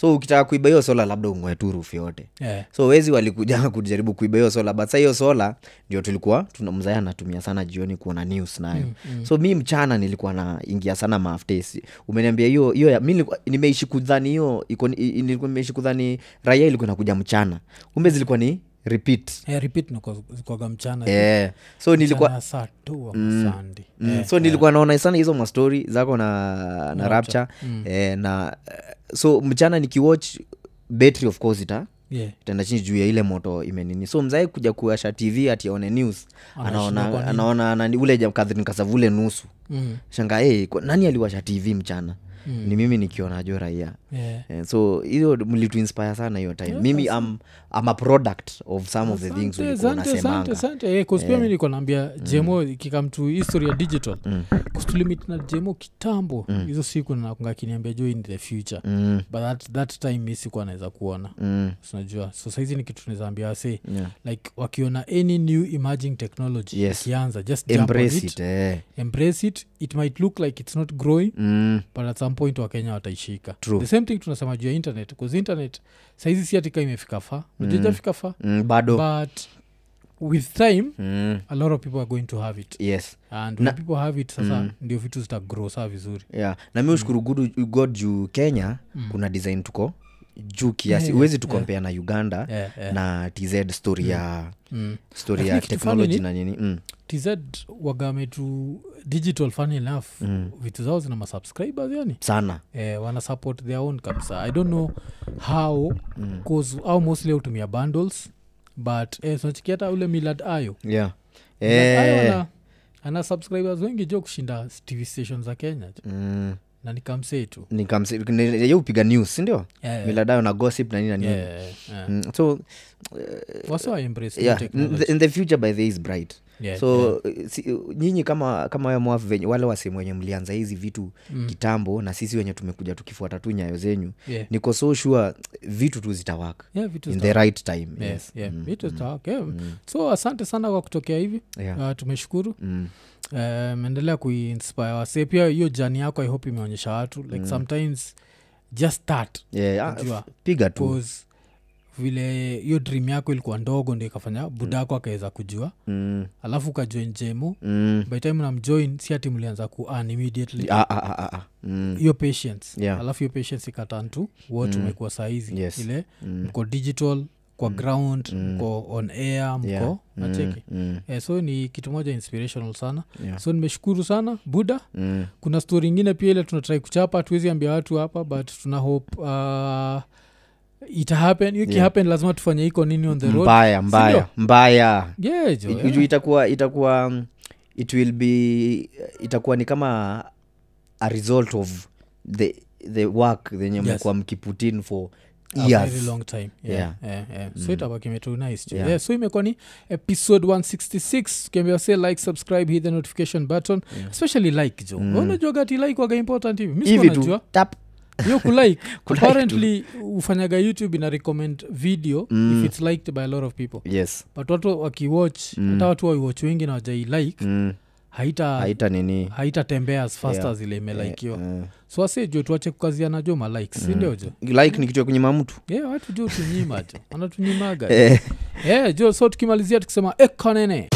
so ukitaka kuiba hiyo sola labda ung'oe tu roof yote yeah. so wezi walikuja kujaribu kuiba hiyo sola but sa hiyo sola ndio tulikuwa tuna- mzee anatumia sana jioni kuona news nayo mm, mm. so mi mchana nilikuwa naingia sana maaftes umeniambia hiyo hiyo ya- mi nilikuwa- nimeishi kudhani hiyo iko- i- i- nilikuwa nimeishi kudhani raia ilikuwa inakuja mchana kumbe zilikuwa ni repeat Eh, repeat niko- zikwaga mchana yeah. so nilikuwa Mchana saa tu amasandi Mm, so nilikuwa naona sana hizo mastori zako na, na rapture eh, na eh, so mchana nikiwatch battery of course ita yeah. tenda chini juu ya ile moto imenini so mzae kuja kuasha tv ati aone news anaona anaona nani- ule jam- Catherine kasavule nusu mm. shanga hey, kwa- nani aliwasha tv mchana ni mimi nikiona jo raia yeah. Eh, so hiyo mlituinspire sana hiyo time mimi am, am a product of some of the things ulikuwa unasemanga Eh. Mm. kuspia mi niko naambia jemo kikam to history ya digital kustulimit na jemo kitambo hizo siku nakunga kiniambia jo in the future Mm, but that, that time mi sikuwa naweza kuona mm, sinajua so saizi ni kitu nizaambia wase yeah. like wakiona any new emerging technology Yes. ikianza just jump on embrace it, it eh. embrace it it might look like it's not growing mm, but at some point wakenya wataishika True. the same thing tunasema juu ya internet bcause internet saizi si atika imefika faa najajafika faa mm, bado but with time mm, a lot of people are going to have it yes and when people have it sasa ndio vitu zitagrow saa vizuri yeah. na mi Mm. ushukuru gudu- god juu kenya kuna design tuko juu kiasi Yeah, huwezi tukompea na uganda yeah, yeah. na tz story ya Mm. story Lakini ya kitu funny technology ni- na nini mm. tz wagametu digital fun enough vitu zao zina masubscribers yani sana eh, wana support their own kabisa i don't know how mm. cause au mostly hutumia bundles but eh, tunachikia hata ule milad ayo yeah. Milad Ayo eh, ana- ana subscribers wengi jo kushinda tv station za kenya jo. mm, na nikamsee tu nikamsi- ni- ye upiga news sindio Eh, miladayo na gossip na nini na nini eh, eh. Mm, so Wasa wa embrace new yeah, technology. the- in the future by the is bright Yeah, so si, nyinyi kama kama we mwafu venye wale wasehemu wenye mlianza hizi vitu mm. kitambo na sisi wenye tumekuja tukifuata tu nyayo zenyu yeah. niko so sure vitu tu zitawak Yeah, vitu in Mm. zita- the right time yeah, yes yeah, vitu zitawaka, yeah. so asante sana kwa kutokea hivi Mm. Yeah. Ah, tumeshukuru Mm. um, endelea kuinspire wase pia hiyo jani yako i hope imeonyesha watu Mm. like sometimes just start Yeah, ah, Najua. piga tu cause vile hiyo dream yako ilikuwa ndogo ndio ikafanya budako akaweza kujua mm, alafu ukajoin jemu mm. by time namjoin si ati mlianza ku earn immediately Ah, ah, ah, ah, ah. Mm. hiyo patience Yeah. Mm. alafu hiyo patience ikatantu wot umekuwa saizi Yes. Mm. ile mko digital kwa ground mko on air mko Yeah. nacheki Mm. Eh, so ni kitu moja inspirational sana Yeah. so nimeshukuru sana buda Mm. kuna stori ingine pia ile tunatrai kuchapa tuwezi ambia watu hapa but tuna hope uh, ita happen hiyo ikihappen lazima tufanye iko nini on the road mbaya mbaya mbaya yeah, jo, Ju- ju- itakuwa itakuwa mm, it will be itakuwa ni kama a result of the the work yenye Yes. mlikuwa mkiputin for A very years long time yeah, Yeah. Mm. yeah, yeah. so itabaki imetu nice jo. Yeah. yeah, so imekuwa ni episode 166 ukiambia say like subscribe hit the notification button especially like jo mm. unajuaga ati like waga important hivi mi hivi tu sikuwa tap hiyo kulike Kulike tu. apparently ufanyaga youtube ina recommend video Mm. if it's liked by a lot of people yes but watu wakiwatch hata Mm. watu waiwatch wengi na wajailike mm. haita haita nini Ah, haitatembea as fast Yeah. Mm. as ile imelaikiwa Eh, eh. so asejo tuache kukaziana jo malike sindio jo like ni kitu ya kunyima mtu ye Eh. watu jo tunyima jo anatunyimaga yeah, jo so tukimalizia tukisema "Eh, ekanene